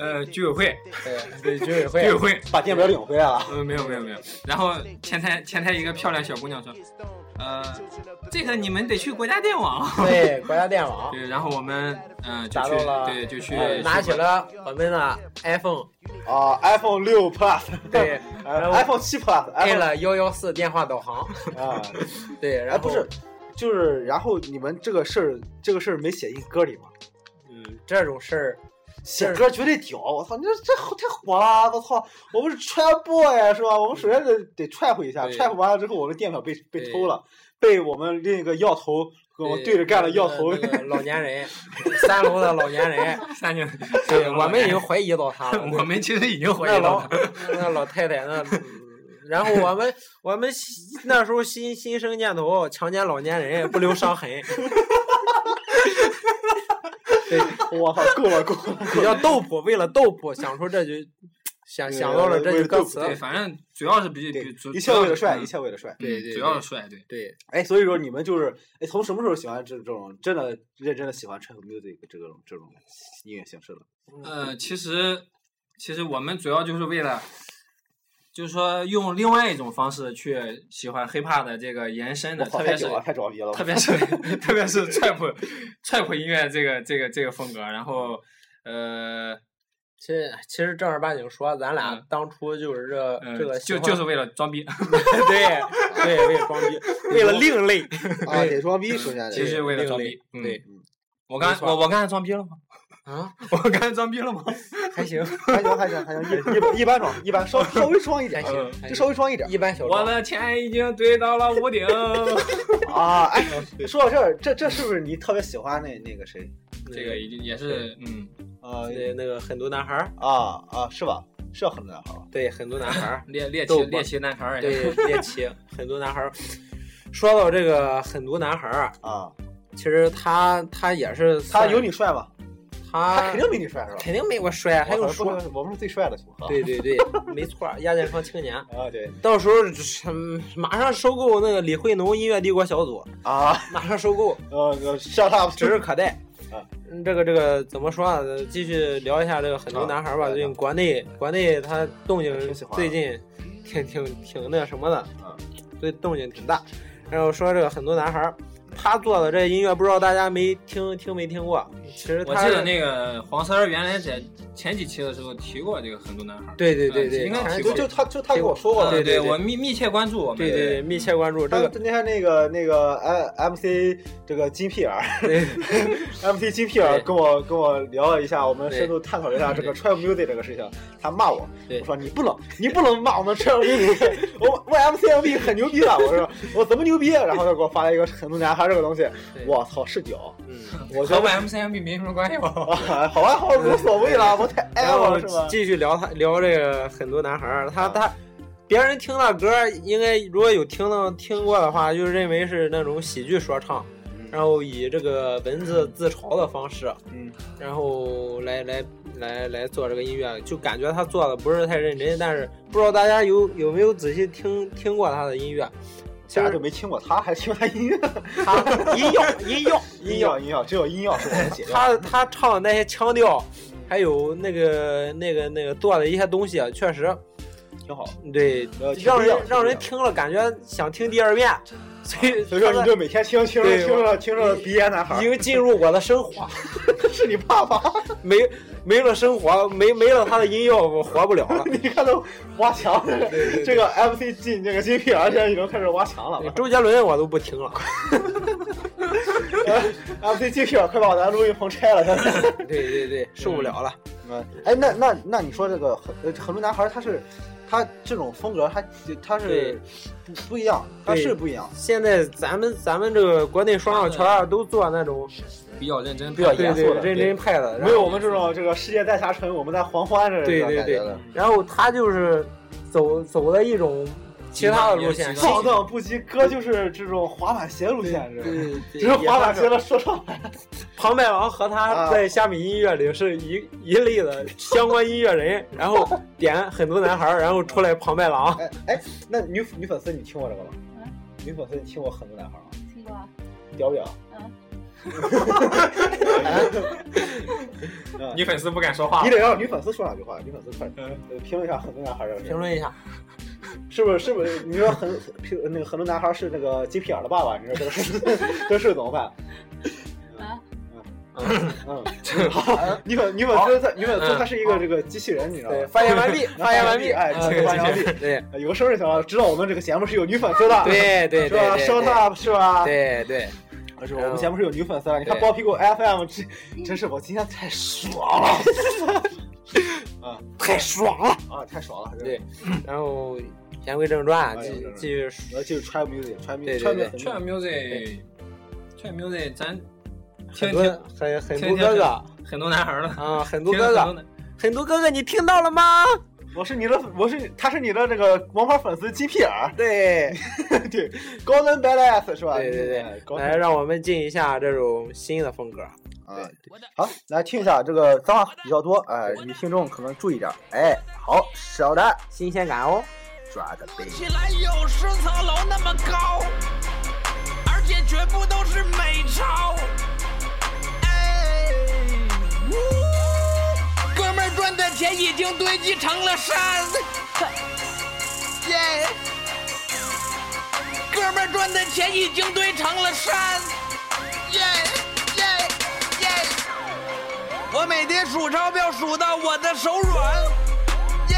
Speaker 3: 呃居委会，
Speaker 2: 对对，居委
Speaker 3: 居委
Speaker 2: 会，
Speaker 3: 会。
Speaker 1: 把电表领回来了。
Speaker 3: 呃，没有没有没有。然后前台前台一个漂亮小姑娘说，呃，这个你们得去国家电网。
Speaker 2: 对国家电网，
Speaker 3: 对，然后我们嗯、呃就
Speaker 2: 打
Speaker 3: 去
Speaker 2: 到了
Speaker 3: 对就去
Speaker 2: 呃拿起
Speaker 3: 去
Speaker 2: 了我们的 iPhone，
Speaker 1: 啊，iPhone 六 Plus，
Speaker 2: 对
Speaker 1: 哎
Speaker 2: 然后
Speaker 1: ，iPhone 七 Plus，
Speaker 2: 配
Speaker 1: iPhone
Speaker 2: 了幺幺四电话导航，
Speaker 1: 啊，
Speaker 2: 对，然
Speaker 1: 哎，
Speaker 2: 后
Speaker 1: 不是，，就是然后你们这个事儿，这个事儿没写进歌里吗？
Speaker 2: 嗯，这种事儿，
Speaker 1: 写歌绝对屌！我操，你这这好太火了！啊我操，我啊们是 trap boy 是吧？我们首先得得踹回一下，
Speaker 2: 对
Speaker 1: 踹回完了之后，我们电表被被
Speaker 2: 对
Speaker 1: 偷了，被我们另一个药头跟我们对着干的药头，
Speaker 2: 那个老年人，三楼的老年人，
Speaker 3: 三年，
Speaker 2: 对，我们已经怀疑到他了。
Speaker 3: 我们其实已经回
Speaker 2: 那
Speaker 3: 忆
Speaker 2: 老
Speaker 3: 了，
Speaker 2: 那老太太那，然后我们我们那时候心心生念头，强奸老年人不留伤痕，
Speaker 1: 我操，够了够了，
Speaker 2: 比 较逗谱，为了逗谱想出这句，想想到了这句歌词。
Speaker 3: 对，反正主要是比比主
Speaker 1: 一切为了帅，
Speaker 3: 嗯
Speaker 1: 一切为了帅。
Speaker 2: 对对
Speaker 3: 主要是帅，对，
Speaker 2: 对，
Speaker 1: 哎，所以说你们就是哎，从什么时候喜欢这这种真的认真的喜欢 trap music 这种这种音乐形式了？
Speaker 3: 呃，其实其实我们主要就是为了，就是说用另外一种方式去喜欢 hiphop 的这个延伸
Speaker 1: 我
Speaker 3: 的，
Speaker 1: 操，
Speaker 3: 特
Speaker 1: 太
Speaker 3: 别是
Speaker 1: 屌了，太装逼了！
Speaker 3: 特别是特别是 trap trap 音乐这个这个这个风格，然后呃
Speaker 2: 其实其实正儿八经说，咱俩
Speaker 3: 嗯
Speaker 2: 当初就是这
Speaker 3: 呃
Speaker 2: 这个喜
Speaker 3: 就
Speaker 2: 欢
Speaker 3: 就是为了装逼，
Speaker 2: 对对为了装逼，为了另类。
Speaker 1: 啊，得装逼，首先
Speaker 3: 其
Speaker 1: 得
Speaker 3: 实为了装逼。
Speaker 2: 另
Speaker 3: 嗯
Speaker 2: 类对，
Speaker 3: 我刚
Speaker 2: 没错
Speaker 3: 我我刚才装逼了吗？
Speaker 2: 啊，
Speaker 3: 我刚才装逼了吗？
Speaker 2: 还行
Speaker 1: 还行还行还行，一一般一般装，一般稍稍微装一
Speaker 2: 还
Speaker 1: 点，
Speaker 2: 行，还
Speaker 1: 就
Speaker 2: 行
Speaker 1: 稍微装一点
Speaker 2: 一般小
Speaker 3: 嗯我
Speaker 2: 众。
Speaker 3: 的钱已经堆到 了屋顶。
Speaker 1: 啊。哎，说到这儿，这这是不是你特别喜欢那那个谁？
Speaker 3: 这个已经也是嗯，
Speaker 1: 呃
Speaker 2: 对那个很多男孩儿，
Speaker 1: 啊啊，是吧？是很难好吧？
Speaker 2: 对很多男孩儿，
Speaker 3: 猎猎
Speaker 2: 豆
Speaker 3: 奇
Speaker 2: 瓣
Speaker 3: 猎奇男孩儿。
Speaker 2: 对猎奇，很多男孩儿。说到这个很多男孩儿啊，
Speaker 1: 啊，
Speaker 2: 其实他他也是
Speaker 1: 他
Speaker 2: 算
Speaker 1: 有你帅吗？
Speaker 2: 他
Speaker 1: 他肯定比你帅是吧？
Speaker 2: 肯定没我帅，还
Speaker 1: 我
Speaker 2: 用
Speaker 1: 们
Speaker 2: 说
Speaker 1: 不？是我们是最帅的组合。
Speaker 2: 对对对，没错儿，亚健康青年。
Speaker 1: 啊，对
Speaker 2: 到时候嗯马上收购那个李慧农音乐帝国小组，
Speaker 1: 啊，
Speaker 2: 马上收 购，
Speaker 1: 呃呃，shut up，
Speaker 2: 指日可待
Speaker 1: 啊。
Speaker 2: 嗯这个这个怎么说啊？继续聊一下这个很多男孩儿吧。
Speaker 1: 啊
Speaker 2: 最近国内国内他动静
Speaker 1: 挺喜欢的
Speaker 2: 最近挺挺挺那什么的
Speaker 1: 啊，
Speaker 2: 对动静挺大。然后说这个很多男孩儿，他做的这音乐不知道大家没听听没听过？其实
Speaker 3: 我
Speaker 2: 他
Speaker 3: 记得那个黄三儿原来在前几期的时候提过这个很多男孩儿。
Speaker 2: 对对对
Speaker 3: 嗯
Speaker 2: 对，
Speaker 3: 应该
Speaker 2: 反
Speaker 1: 哎
Speaker 2: 正
Speaker 3: 提
Speaker 1: 就
Speaker 3: 过
Speaker 1: 就
Speaker 2: 就
Speaker 1: 他就他跟我说过
Speaker 3: 啊
Speaker 1: 的，
Speaker 2: 对对对
Speaker 3: 我密密切关注我们。
Speaker 2: 对对对，密切关注这
Speaker 1: 他
Speaker 2: 个。
Speaker 1: 那天那个那个 M MC 这个金屁眼
Speaker 2: 对
Speaker 1: ，MC 金屁眼
Speaker 2: 对
Speaker 1: 跟我跟我聊了一下，我们
Speaker 2: 对
Speaker 1: 深度探讨了一下这个 trap music 这个事情。他骂我，
Speaker 2: 对
Speaker 1: 我说你不能你不能骂我们 trap music，我我 MC MV 很牛逼的，我说我怎么牛逼？然后他给我发了一个很多男孩这个东西，
Speaker 2: 对
Speaker 1: 我操是屌，
Speaker 2: 嗯，
Speaker 1: 我觉
Speaker 3: 和
Speaker 1: 得
Speaker 3: YMCMB 没什么关系吧？
Speaker 1: 啊好吧好吧无所谓了，我太爱
Speaker 2: 然后
Speaker 1: 哎了是吧？
Speaker 2: 继续聊他聊这个很多男孩儿，他他别人听那歌儿，应该如果有听到听过的话，就认为是那种喜剧说唱，然后以这个文字自嘲的方式，
Speaker 1: 嗯，
Speaker 2: 然后来来来来做这个音乐，就感觉他做的不是太认真，但是不知道大家有有没有仔细听听过他的音乐。其
Speaker 1: 其实就
Speaker 2: 实
Speaker 1: 没听过他，还听他音乐，
Speaker 2: 他音乐 音乐
Speaker 1: 音药音药，只有音药是我们解药。
Speaker 2: 他他唱的那些腔调，还有那个那个那个做的一些东西，啊，确实
Speaker 1: 挺好，
Speaker 2: 对
Speaker 1: 呃挺
Speaker 2: 让
Speaker 1: 不一样
Speaker 2: 人让人听了感觉想听第二遍，所以
Speaker 1: 所以说你就每天听听着
Speaker 2: 对
Speaker 1: 听着听着鼻炎男
Speaker 2: 他
Speaker 1: 孩
Speaker 2: 已
Speaker 1: 儿，
Speaker 2: 经进入我的生 活，
Speaker 1: 是你爸爸。
Speaker 2: 没没了生活，没没了他的音乐，我活不了 了。
Speaker 1: 你看都挖墙，这个 MC 进这个 g p 而现在已经开始挖墙了。
Speaker 2: 周杰伦我都不听了，
Speaker 1: MC g p 快把咱录音棚拆了！现 在。
Speaker 2: 对对对，受不了了。
Speaker 1: 哎，那那那你说这个很呃很多男孩儿他是他这种风格他他是不不一样，他
Speaker 2: 对
Speaker 1: 是不一样。
Speaker 2: 现在咱们咱们这个国内说唱圈儿都做那种
Speaker 3: 比较认真，
Speaker 1: 比较
Speaker 2: 对
Speaker 1: 严肃的
Speaker 2: 对认真派的，
Speaker 1: 没
Speaker 2: 然后
Speaker 1: 有我们这种这个世界在下沉，我们在狂欢这
Speaker 2: 对
Speaker 1: 种
Speaker 2: 对
Speaker 1: 感觉
Speaker 2: 对
Speaker 1: 的。，
Speaker 2: 然后他就是走走的一种其他的路线，
Speaker 3: 极端
Speaker 1: 放荡不羁，哥就是这种滑板鞋路线，这种
Speaker 2: 对
Speaker 1: 这是滑板
Speaker 2: 也
Speaker 1: 鞋
Speaker 2: 算是
Speaker 1: 的说唱。
Speaker 2: 庞麦郎和
Speaker 1: 啊
Speaker 2: 他在虾米音乐里是一一类的相关音乐人，然后点很多男孩儿，然后出来庞麦郎，
Speaker 1: 哎哎，那女女粉丝你听过这个吗？女粉丝你听过很多男孩儿吗？
Speaker 7: 听过啊，
Speaker 1: 屌不屌？
Speaker 7: 嗯，
Speaker 3: 女粉丝不敢说话
Speaker 1: 你。得让女粉丝说两句话，女粉丝快，呃评论一下很多男孩儿的
Speaker 2: 嗯评论一
Speaker 1: 啊
Speaker 2: 下，
Speaker 1: 是不是是不是？你说很评那个很多男孩儿是那个金屁眼儿的爸爸，你说这个事这个事怎么办？
Speaker 7: 啊，
Speaker 1: 嗯，好，女粉女粉丝她女粉丝她是一个
Speaker 2: 嗯好
Speaker 1: 这个机器人，你知道
Speaker 2: 对，
Speaker 1: 吗？
Speaker 2: 发 言完毕，发言完毕，
Speaker 1: 哎，
Speaker 2: 嗯
Speaker 1: 这个发言完毕，
Speaker 2: 对
Speaker 1: 有个生日小了，知道我们这个节目是有女粉丝的，
Speaker 2: 对对对
Speaker 1: 是吧
Speaker 2: 对
Speaker 1: ？Shut up，是吧？
Speaker 2: 对对，
Speaker 1: 啊是吧我们节目是有女粉丝的，你看
Speaker 2: 哎对
Speaker 1: 包屁股 FM，这真是我今天太爽了，
Speaker 2: 太爽了，
Speaker 1: 啊，太爽了，是吧
Speaker 2: 对，然后言归正传，
Speaker 1: 哎
Speaker 2: 继
Speaker 1: 言归正传
Speaker 2: 继续
Speaker 1: 然后就是 trap music，trap
Speaker 2: 对
Speaker 1: music，trap
Speaker 2: 对对
Speaker 1: music 很
Speaker 3: trap music，trap music，咱
Speaker 2: 很
Speaker 3: 听
Speaker 2: 多
Speaker 3: 听
Speaker 2: 很很
Speaker 3: 听
Speaker 2: 多
Speaker 3: 听
Speaker 2: 哥哥
Speaker 3: 很多男孩儿了，
Speaker 2: 啊，很多
Speaker 3: 听
Speaker 2: 哥
Speaker 3: 很
Speaker 2: 哥，
Speaker 3: 男
Speaker 2: 很多哥哥，你听到了吗？
Speaker 1: 我是你的，我是他是你的那个王牌粉丝金屁眼儿，
Speaker 2: 对，
Speaker 1: 对，高端 badass 是吧？
Speaker 2: 对对
Speaker 1: 哎
Speaker 2: 对，
Speaker 1: 高
Speaker 2: 来
Speaker 1: 端
Speaker 2: 让我们进一下这种新的风格。
Speaker 1: 啊，好，来听一下这个脏话比较多，哎，女听众可能注意点儿，哎，好，少的
Speaker 2: 新鲜感哦。
Speaker 1: 抓个背。
Speaker 8: 起来有十层楼那么高，而且全部都是美钞。哎，呜哥们儿赚的钱已经堆积成了山，耶！哥们儿赚的钱已经堆成了山，耶耶耶！我每天数钞票数到我的手软，耶、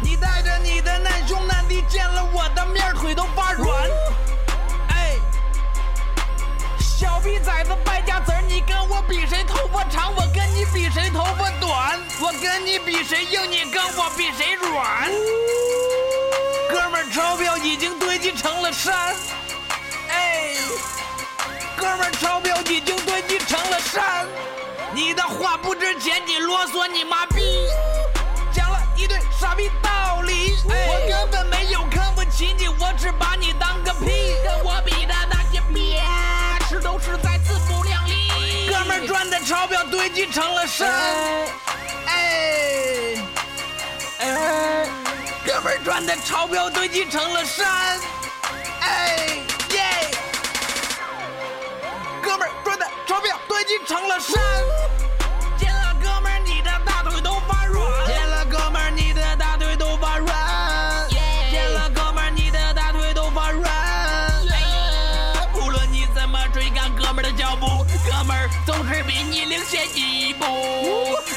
Speaker 8: 你带着你的难兄难弟见了我的面儿腿都发软，哎，小逼崽子败家子儿，你跟我比谁头发长，我跟你比谁头发短，我跟你比谁硬，你跟我比谁软。哥们儿，钞票已经堆积成了山，哎，哥们儿，钞票已经堆积成了山，你的话不值钱，你啰嗦，你妈逼。讲了一堆傻逼道理，哎我根本没有看不起你，我只把你当个屁。跟我比的那些别是都是在自不量力。哥们儿赚的钞票堆积成了山，哎哎，哥们儿赚的钞票堆积成了山，哎耶，哥们儿赚的钞票堆积成了山。见了哥们儿，你的大腿都发软。见了哥们儿，你的大腿都发软。见了哥们儿，你的大腿都发软。无论你怎么追赶哥们儿的脚步，哥们儿总是比你领先一步。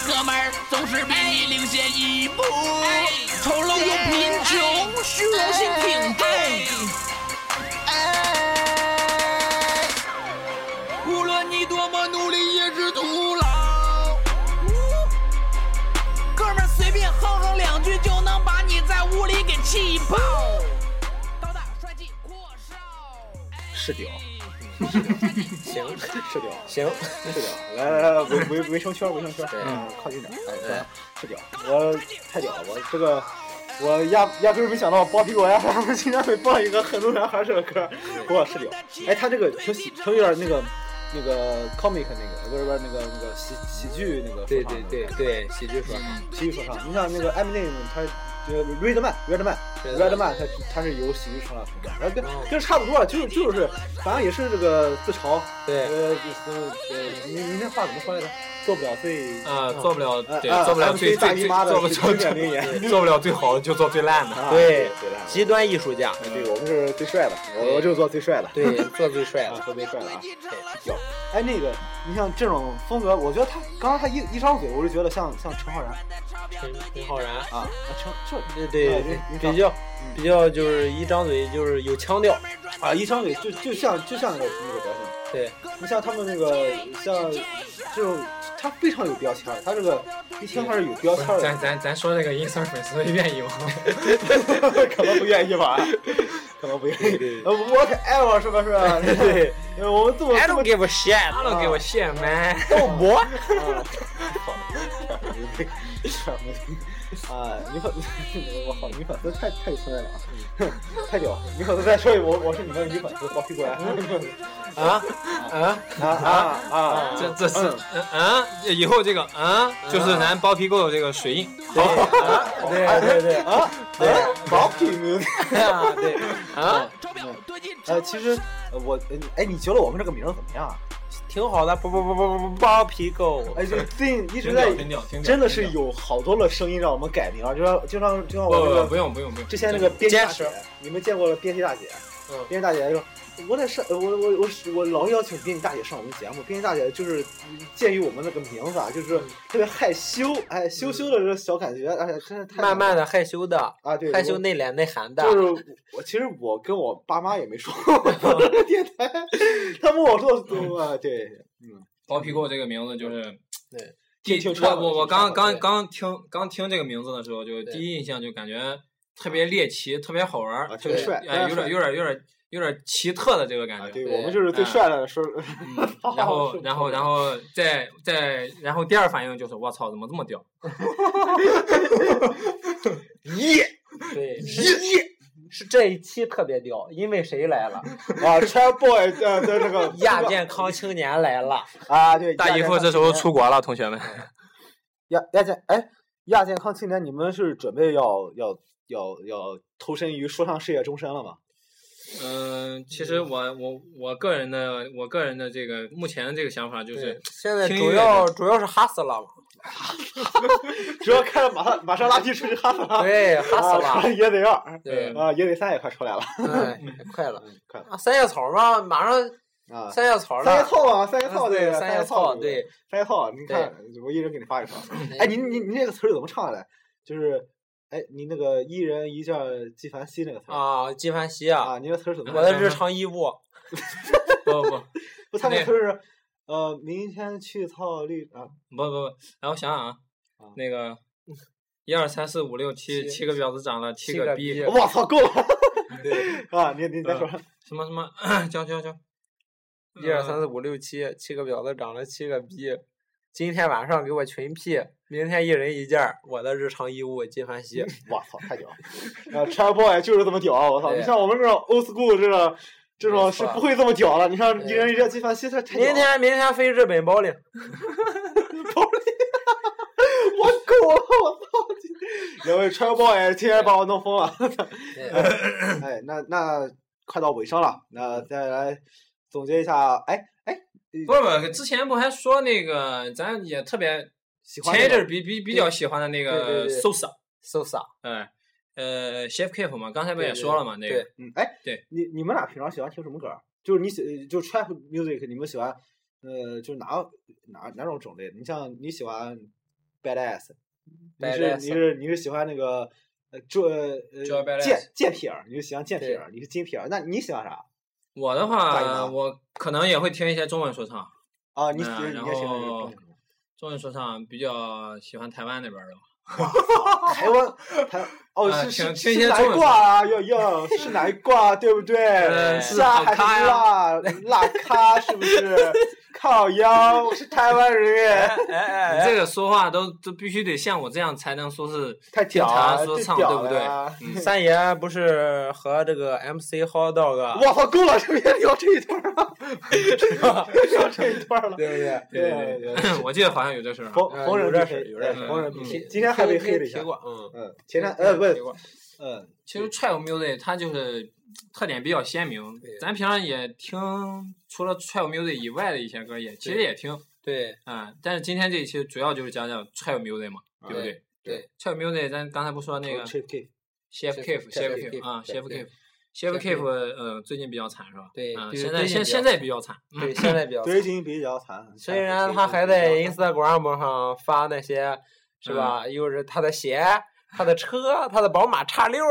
Speaker 8: 哥们儿总是比你领先一步。丑陋又贫穷，虚荣心挺重。哎无论你多么努力，也是徒劳。哥们儿随便哼哼两句，就能把你在屋里给气爆。高大帅气阔少，
Speaker 2: 是屌，
Speaker 8: 行，
Speaker 1: 是屌，
Speaker 2: 行，
Speaker 1: 是屌，来来来，围围围成圈儿，围成圈儿，嗯，靠近点儿，哎，算了是屌，我太屌了，我这个我压压根儿没想到包屁股 FM 竟然会放一个《很多男孩》这个歌儿，哇，是屌，哎，他这个挺喜，挺有点那个那个 comic 那个，不是不是那个那个喜喜剧那个，
Speaker 2: 对对对，对，喜剧说唱，
Speaker 1: 喜剧说唱，你像那个 Eminem 他。呃，Redman，Redman，Redman，他他是由喜剧说唱出道，然后跟跟差不多了，就是就是，反正也是这个自嘲，
Speaker 2: 对，
Speaker 1: 呃，就是呃，你你那话怎么说来着？做不了最
Speaker 3: 啊，做不了，对
Speaker 1: 啊，
Speaker 3: 做不了
Speaker 1: ，MC
Speaker 3: 最
Speaker 1: 大姨
Speaker 3: 最最，
Speaker 1: 妈的
Speaker 3: 做不
Speaker 1: 经典名
Speaker 3: 了
Speaker 1: 言。
Speaker 3: 最，做不了最好的，就做最烂的。
Speaker 1: 啊
Speaker 2: 对
Speaker 1: 对了，
Speaker 2: 极端艺术家，
Speaker 1: 对我们是最帅的，我我就是做最帅的，
Speaker 2: 对，做最帅
Speaker 1: 啊，
Speaker 2: 的，
Speaker 1: 特别帅的啊。
Speaker 8: 成了
Speaker 1: 有，哎，那个，你像这种风格，我觉得他刚刚他一一张嘴，我就觉得像像陈浩然
Speaker 2: 陈陈浩然，
Speaker 1: 啊，陈这
Speaker 2: 对对
Speaker 1: 啊你你
Speaker 2: 对，
Speaker 1: 讲
Speaker 2: 比较比较就是一张嘴就是有腔调，
Speaker 1: 啊，一张嘴就就像就像那个那个表情，
Speaker 2: 对，
Speaker 1: 你像他们那个像这种，他非常有标签儿，他这个一听他是有标签儿的
Speaker 3: 咱，咱咱说这个 ins 粉丝愿意吗？
Speaker 1: 可能不愿意吧，可能不愿意。呃 What ever 是吧？是吧？对， 我们这么
Speaker 2: I
Speaker 1: 这
Speaker 2: don't
Speaker 1: 么
Speaker 2: give a shit，
Speaker 3: 他都给我卸麦。
Speaker 2: 逗博，
Speaker 1: 啊，女粉，我靠，女粉丝太太有存在感了，啊太屌！女粉丝再说一，我我是你们的女粉丝，包屁股来
Speaker 2: 啊啊，
Speaker 1: 啊啊啊！
Speaker 3: 这这是嗯嗯，以后这个嗯，就是咱包皮狗这个水印。
Speaker 2: 对对对
Speaker 1: 啊，哎，包屁股！
Speaker 2: 啊对啊，
Speaker 8: 钞票堆积成
Speaker 1: 呃，
Speaker 8: 了
Speaker 1: 其实呃我，呃哎，你觉得我们这个名儿怎么样啊？
Speaker 2: 挺好的，不不不不不包皮狗，
Speaker 1: 哎，就最近一直
Speaker 3: 挺
Speaker 1: 在
Speaker 3: 屌，，挺屌，挺屌！
Speaker 1: 真的是有好多的声音让我们改名儿，就像就像就像
Speaker 3: 不
Speaker 1: 我那
Speaker 3: 不
Speaker 1: 个
Speaker 3: 不用不用不用。
Speaker 1: 之前那个编辑
Speaker 2: 坚
Speaker 1: 大姐
Speaker 2: 持，
Speaker 1: 你们见过了编辑大姐？
Speaker 2: 嗯
Speaker 1: 编辑大姐说，我在上，我我我我老邀请编辑大姐上我们节目。编辑大姐就是鉴于我们那个名字啊，就是特别害羞，哎，羞羞的这个小感觉，哎，真是太
Speaker 2: 慢慢的害羞的，
Speaker 1: 啊，对，
Speaker 2: 害羞
Speaker 1: 我
Speaker 2: 内敛内涵的，
Speaker 1: 就是我，其实我跟我爸妈也没说过我这个电台，他们我说多啊，对，
Speaker 3: 包皮狗这个名字就是，
Speaker 2: 对
Speaker 3: 第
Speaker 1: 挺挺
Speaker 3: 我
Speaker 1: 串的
Speaker 3: 我我
Speaker 1: 挺串
Speaker 3: 刚
Speaker 1: 的
Speaker 3: 刚
Speaker 2: 对
Speaker 3: 刚听刚听这个名字的时候，就
Speaker 2: 对
Speaker 3: 第一印象就感觉特别猎奇、特别好玩儿，
Speaker 1: 啊特别帅
Speaker 3: 哎，有点有点有点有点奇特的这个感
Speaker 1: 啊，
Speaker 3: 觉。嗯
Speaker 1: 对
Speaker 8: 对
Speaker 1: 我们就是最帅的说，
Speaker 3: 然后，然后，然后再再，然后第二反应就是我操，怎么这么 屌？
Speaker 2: 对，是是这一期特别屌，因为谁来了？
Speaker 1: 啊 c h i l Boy 的的 那个
Speaker 2: 亚健康青年来了。
Speaker 1: 啊，对，
Speaker 3: 大姨
Speaker 1: 亚健
Speaker 3: 夫
Speaker 1: 康
Speaker 3: 这时候
Speaker 1: 青年
Speaker 3: 出国了，同学们。
Speaker 1: 亚亚健哎，亚健康青年，你们是准备要要要要投身于说唱事业终身了吗？
Speaker 3: 嗯，其实我我我个人的我个人的这个目前的这个想法就是
Speaker 2: 对，现在
Speaker 3: 听
Speaker 2: 主
Speaker 3: 音乐
Speaker 2: 要主要是哈斯拉嘛，
Speaker 1: 只要开着马上马上拉提出去哈死了，
Speaker 2: 对，哈斯
Speaker 1: 啊
Speaker 2: 拉，
Speaker 1: 也得二
Speaker 2: 对，
Speaker 1: 啊，也得三也快出来了，
Speaker 2: 哎，快了
Speaker 1: 嗯，快了
Speaker 2: 啊，三叶草嘛，马上
Speaker 1: 啊。
Speaker 2: 三叶草了，
Speaker 1: 三叶草啊，三叶
Speaker 2: 嗯
Speaker 1: 草
Speaker 2: 对
Speaker 1: 对，
Speaker 2: 三叶
Speaker 1: 叶
Speaker 2: 草
Speaker 1: 对
Speaker 2: 对，
Speaker 1: 三叶草，你看我一人给你发一条。哎，您您您这个词儿怎么唱的？就是，哎，您那个一人一件纪梵希那个词儿
Speaker 2: 啊，纪梵希啊，
Speaker 1: 啊，您这词儿怎么
Speaker 2: 我
Speaker 1: 唱？
Speaker 2: 的日常衣物，
Speaker 3: 不不不
Speaker 1: 不，他那
Speaker 3: 那
Speaker 1: 词儿是，呃，明天去草绿啊，
Speaker 3: 不不，然后想想啊
Speaker 1: 啊，
Speaker 3: 那个一二三四五六七
Speaker 2: 七
Speaker 3: 七个婊子长了七
Speaker 2: 七
Speaker 3: 个
Speaker 2: 个
Speaker 3: 逼
Speaker 2: 逼，
Speaker 1: 我操，够了！ 啊，你你再说，
Speaker 2: 嗯
Speaker 3: 什么什么 教教教，
Speaker 2: 一二三四五六七，七个婊子长了七个逼，今天晚上给我群 P，明天一人一件儿，我的日常衣物，纪梵希，
Speaker 1: 我操，太屌了！啊 c h i l Boy 就是这么屌啊，我操！
Speaker 2: 对
Speaker 1: 你像我们这种 old school 这种，这种
Speaker 2: 没
Speaker 1: 是
Speaker 2: 错
Speaker 1: 不会这么屌了。你像
Speaker 2: 对
Speaker 1: 一人一件纪梵希，这
Speaker 3: 哎
Speaker 1: 太屌
Speaker 2: 明
Speaker 1: 了！
Speaker 2: 天明天飞日本包 领，
Speaker 1: 我够了，我操！ 两位 c h i l Boy 今天把我弄疯了。哎，那那快到尾声了，那
Speaker 3: 嗯
Speaker 1: 再来总结一下，哎哎，
Speaker 3: 不不，之前不还说那个，咱也特别
Speaker 1: 喜欢
Speaker 3: 前一
Speaker 1: 这
Speaker 3: 阵
Speaker 1: 种
Speaker 3: 儿比比比较喜欢的那
Speaker 1: 对对
Speaker 3: 个
Speaker 1: 对
Speaker 3: Sosa，
Speaker 2: so sa，
Speaker 3: 嗯呃 Chef Kiff 嘛，刚才不
Speaker 2: 对
Speaker 3: 也
Speaker 2: 对
Speaker 3: 说了嘛，那
Speaker 2: 对
Speaker 3: 个
Speaker 1: 嗯，哎，
Speaker 3: 对，
Speaker 1: 你你们俩平常喜欢听什么歌儿？啊就是你喜就 trap music，你们喜欢呃，就是哪哪哪种种类？你像你喜欢 badass，你是
Speaker 2: Badass
Speaker 1: 你是你是喜欢那个呃这
Speaker 3: 叫
Speaker 1: 呃
Speaker 3: badass
Speaker 1: 贱贱痞儿，你是喜欢贱痞
Speaker 2: 对
Speaker 1: 儿，你是金痞儿，那你喜欢啥？
Speaker 3: 我的
Speaker 1: 大姨妈
Speaker 3: 话，我可能也会听一些中文说唱，
Speaker 1: 啊，你喜
Speaker 3: 嗯然
Speaker 1: 你也喜欢这
Speaker 3: 后
Speaker 1: 种
Speaker 3: 中文说唱比较喜欢台湾那边儿的吧。
Speaker 1: 台湾台哦
Speaker 3: 啊
Speaker 1: 是
Speaker 3: 听
Speaker 1: 是
Speaker 3: 听一
Speaker 1: 是
Speaker 3: 些
Speaker 1: 哪
Speaker 3: 中
Speaker 1: 一
Speaker 3: 文
Speaker 1: 挂啊？要要是哪一挂啊？对不对？
Speaker 3: 呃是
Speaker 1: 辣
Speaker 3: 好
Speaker 1: 还是
Speaker 3: 咖呀
Speaker 1: 辣？辣咖是不是？靠腰，我是台湾人。
Speaker 3: 你这个说话都都必须得像我这样才能说是
Speaker 1: 太
Speaker 3: 经
Speaker 1: 屌
Speaker 3: 常
Speaker 1: 了，
Speaker 3: 说
Speaker 1: 这
Speaker 3: 唱
Speaker 1: 屌
Speaker 3: 对不对
Speaker 1: 了
Speaker 3: 嗯
Speaker 2: 三爷不是和这个 MC Hot Dog，
Speaker 1: 我操，够了，这别聊这一段儿了，聊这一段儿了。
Speaker 2: 对不对？
Speaker 1: 对
Speaker 3: 对
Speaker 1: 对，
Speaker 3: 我记得好像有这事儿啊。
Speaker 1: 逢
Speaker 2: 呃
Speaker 1: 逢人
Speaker 2: 有这
Speaker 1: 必
Speaker 2: 事儿
Speaker 1: 黑，
Speaker 2: 有这事
Speaker 1: 哎
Speaker 2: 儿
Speaker 1: 逢人
Speaker 3: 嗯
Speaker 1: 必黑。今天还被黑了一
Speaker 2: 提
Speaker 1: 下。
Speaker 2: 过，嗯，
Speaker 1: 嗯，前天呃不是
Speaker 2: 提，过
Speaker 1: 嗯，
Speaker 3: 其实 trap music 它就是特点比较鲜明
Speaker 2: 对，
Speaker 3: 咱平常也听除了 trap music 以外的一些歌也其实也听，
Speaker 2: 对
Speaker 3: 嗯，但是今天这一期主要就是讲讲 trap music 嘛，对不对？
Speaker 2: 对
Speaker 3: ，trap music 咱刚才不说那个
Speaker 1: Chip Kick
Speaker 3: Chef
Speaker 2: Chef
Speaker 3: Kiff
Speaker 2: Chef
Speaker 3: Chef Kiff
Speaker 2: Kiff，
Speaker 3: 啊
Speaker 2: 对
Speaker 3: Chef
Speaker 2: 对
Speaker 3: Kiff Chef
Speaker 2: Chef
Speaker 3: Kiff 呃最近比较惨是吧？
Speaker 2: 对
Speaker 3: 嗯
Speaker 2: 就是
Speaker 3: 现在
Speaker 2: 最近
Speaker 3: 现
Speaker 2: 比较
Speaker 3: 现在比较惨，嗯
Speaker 2: 对，现在比较
Speaker 1: 最近比较惨，哎
Speaker 2: 虽
Speaker 3: 哎
Speaker 2: 然他还在 Instagram 上发那些，是
Speaker 3: 嗯
Speaker 2: 吧？又是他的鞋、他的车、他的宝马叉六，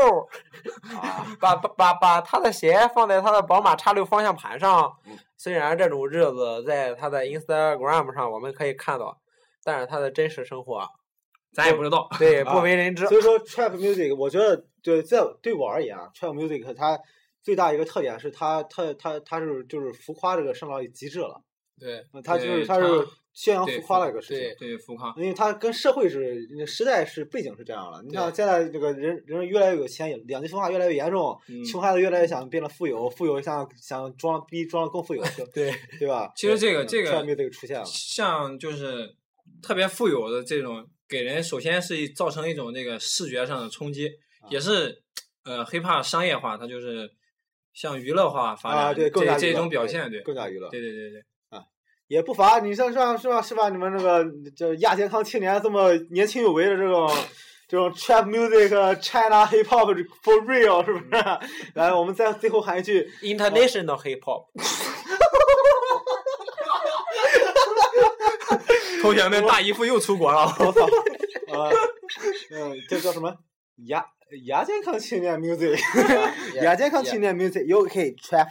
Speaker 1: 啊
Speaker 2: 把 把把把他的鞋放在他的宝马叉六方向盘上。
Speaker 3: 嗯
Speaker 2: 虽然这种日子在他的 Instagram 上我们可以看到，但是他的真实生 活，
Speaker 3: 咱也不知道，
Speaker 2: 对，
Speaker 1: 啊
Speaker 2: 不为人 知。
Speaker 1: 所以说 trap music，我觉得对在对我而言啊，trap music 它最大一个特点是它它它它是就是浮夸这个上到极致了，
Speaker 3: 对
Speaker 1: 它就是
Speaker 3: 对
Speaker 1: 它是宣扬
Speaker 3: 对
Speaker 1: 浮夸的一个事情。
Speaker 3: 对浮夸，
Speaker 1: 因为它跟社会是那时代是背景是这样了。你
Speaker 3: 对
Speaker 1: 像现在这个人人越来越有钱，也两极分化越来越严重，
Speaker 3: 嗯
Speaker 1: 穷孩子越来越想变得富有，富有想想装逼装的更 富有，对
Speaker 2: 对
Speaker 1: 对吧？
Speaker 3: 其实这个
Speaker 1: 嗯
Speaker 3: 这个
Speaker 1: 突然被这个出现了，
Speaker 3: 像就是特别富有的这种，给人首先是一造成一种这个视觉上的冲击，也是呃，hiphop 商业化，它就是向娱乐化发展，
Speaker 1: 啊，对，更加
Speaker 3: 这这
Speaker 1: 娱乐
Speaker 3: 种表现，对，
Speaker 1: 更加娱乐，
Speaker 3: 对对对对，
Speaker 1: 也不乏你像像是吧是吧？你们这个这亚健康青年这么年轻有为的这种。这种 trap music、China 呃 hip hop for real 是不是？ 来，我们再最后喊一句
Speaker 2: International Hip Hop，
Speaker 3: 同学们，大姨夫又出国 了，
Speaker 1: 我操，呃，嗯，这叫什么？牙牙健康青年 music，牙健康青年 music UK trap。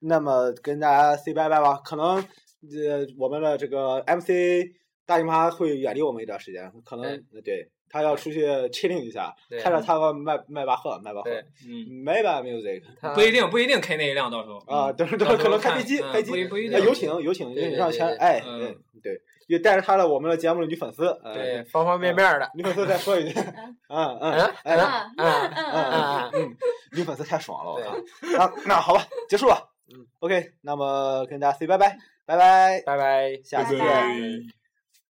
Speaker 1: 那么跟大家 say 拜拜吧，可能
Speaker 3: 嗯
Speaker 1: 呃我们的这个 MC 大姨妈会远离我们一段时间，可能、对他要出去 chilling 一下
Speaker 2: 对，
Speaker 1: 开着他的迈迈巴赫，迈巴赫
Speaker 2: 对，
Speaker 3: 嗯，
Speaker 1: 迈巴 music
Speaker 2: 他
Speaker 3: 不一定不一定开那一辆，到时候
Speaker 1: 啊，等
Speaker 3: 嗯到时
Speaker 1: 等，
Speaker 3: 候
Speaker 1: 可能开
Speaker 3: 看
Speaker 1: 飞机，
Speaker 3: 嗯
Speaker 1: 开机
Speaker 3: 不一不一
Speaker 1: 哎
Speaker 3: 定
Speaker 1: 游艇，游艇，
Speaker 2: 对
Speaker 1: 游艇
Speaker 2: 对
Speaker 1: 上
Speaker 2: 对
Speaker 1: 前
Speaker 2: 对，
Speaker 1: 哎，
Speaker 3: 嗯
Speaker 1: 对对，又带着他了我们的节目的女粉丝，呃
Speaker 2: 对，方方面面的，
Speaker 1: 女粉丝再说一 句，嗯嗯哎
Speaker 2: 嗯嗯
Speaker 7: 嗯
Speaker 2: 嗯
Speaker 7: 嗯嗯，
Speaker 1: 嗯
Speaker 2: 嗯
Speaker 1: 嗯，女粉丝太爽了，我靠！那那好吧，结束吧，嗯，OK，那么跟大家 say 拜拜，拜拜，
Speaker 2: 拜拜。
Speaker 1: 下次
Speaker 7: 拜拜
Speaker 1: 见。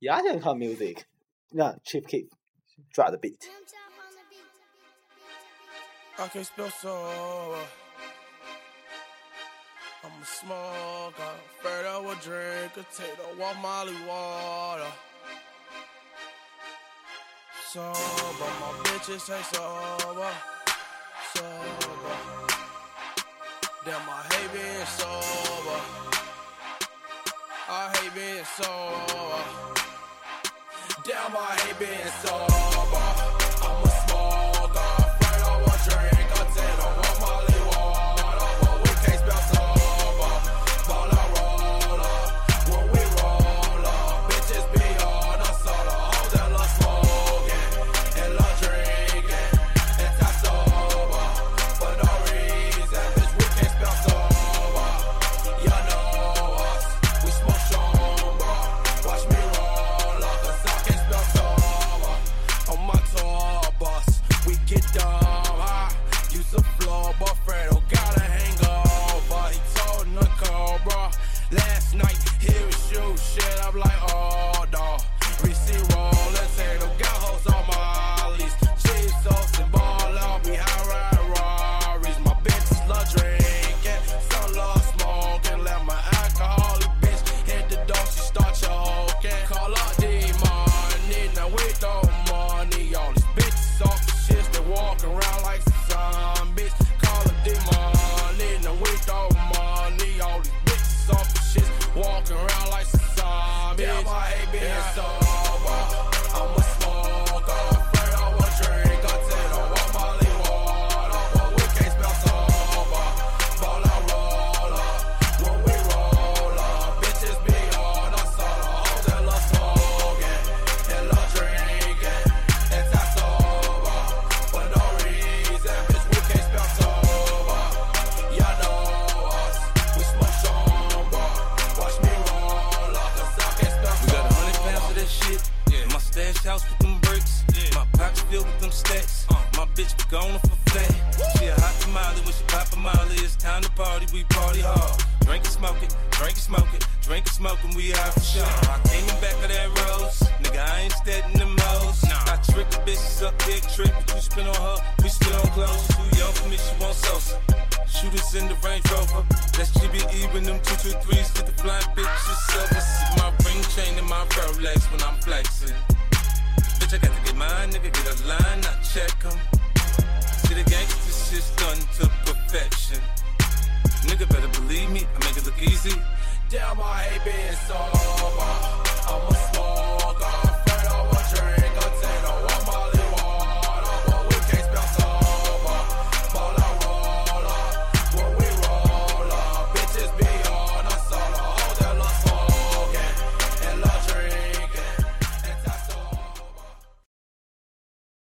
Speaker 1: 牙健康 music，让 Chip K 抓 the beat。
Speaker 5: I can't spell so. uh, I'm a smoker, afraid I will drink a tater walk Molly water. Sober, my bitches say uh, sober, sober. uh, Damn, I hate being sober. I hate being sober. Damn, I hate being sober. I'm a smoker, afraid I will drink a tater walk Molly water, but we can't spell sober. Ball a roller, when we roll up, bitches be on us soda, all that love smoking and love drinking. It's not sober for no reason, bitch. We can't spell sober. You know us, we smoke somber. Watch me roll up, 'cause I can't spell sober. On my tour bus, we get dumb high. Use a floor, but Fredo got a hangover. He told the cobra last night. He was shoot shit. I'm like, oh dog. Reese rolling, Tatum got hoes on Molly's. Cheese sauce and ball out behind ride Rari's. My bitches love drinking, some love smoking. Let my alcoholic bitch hit the door, she start choking. Call up the money, now we throw money. All these bitches off the shits, they walk around like zombies. Call up the money, now we throw money. All these bitches off the shits, walking around like zombies. Damn, I hate being sober. I'm a smoker, afraid I will drink until I want Molly water, but we can't spell sober. Ball a roller, when we roll up, bitches be on us all. All that love smoking and love drinking, it's not sober for no reason, bitch. We can't spell sober. Y'all know us, we smoke somber. Watch me roll up, 'cause I can't spell
Speaker 4: We got a hundred pounds of that shit. My stash house with them bricks. My pockets filled with them stacks. My bitch be gone for flat. She a hot tamale when she pop a molly. It's time to party, we party hard. Drink and smoke it, drink and smoke it, drink and smoke and we out for sure. I came in back of that rose, nigga, I ain't steadin' the most. I trick a bitch, suck dick, trick, but you spin on her, we still on close. Too young for me, she want Sosa. Shooters in the Range Rover, that's GBE when them 223s get the flying bitches silver. See my ring chain and my Rolex when I'm flexing. Bitch, I got to get mine, nigga, get a line, I check 'em. See the gangster shit's done to perfection. Nigga better believe me, I make it look easy.
Speaker 5: Damn, I hate being sober.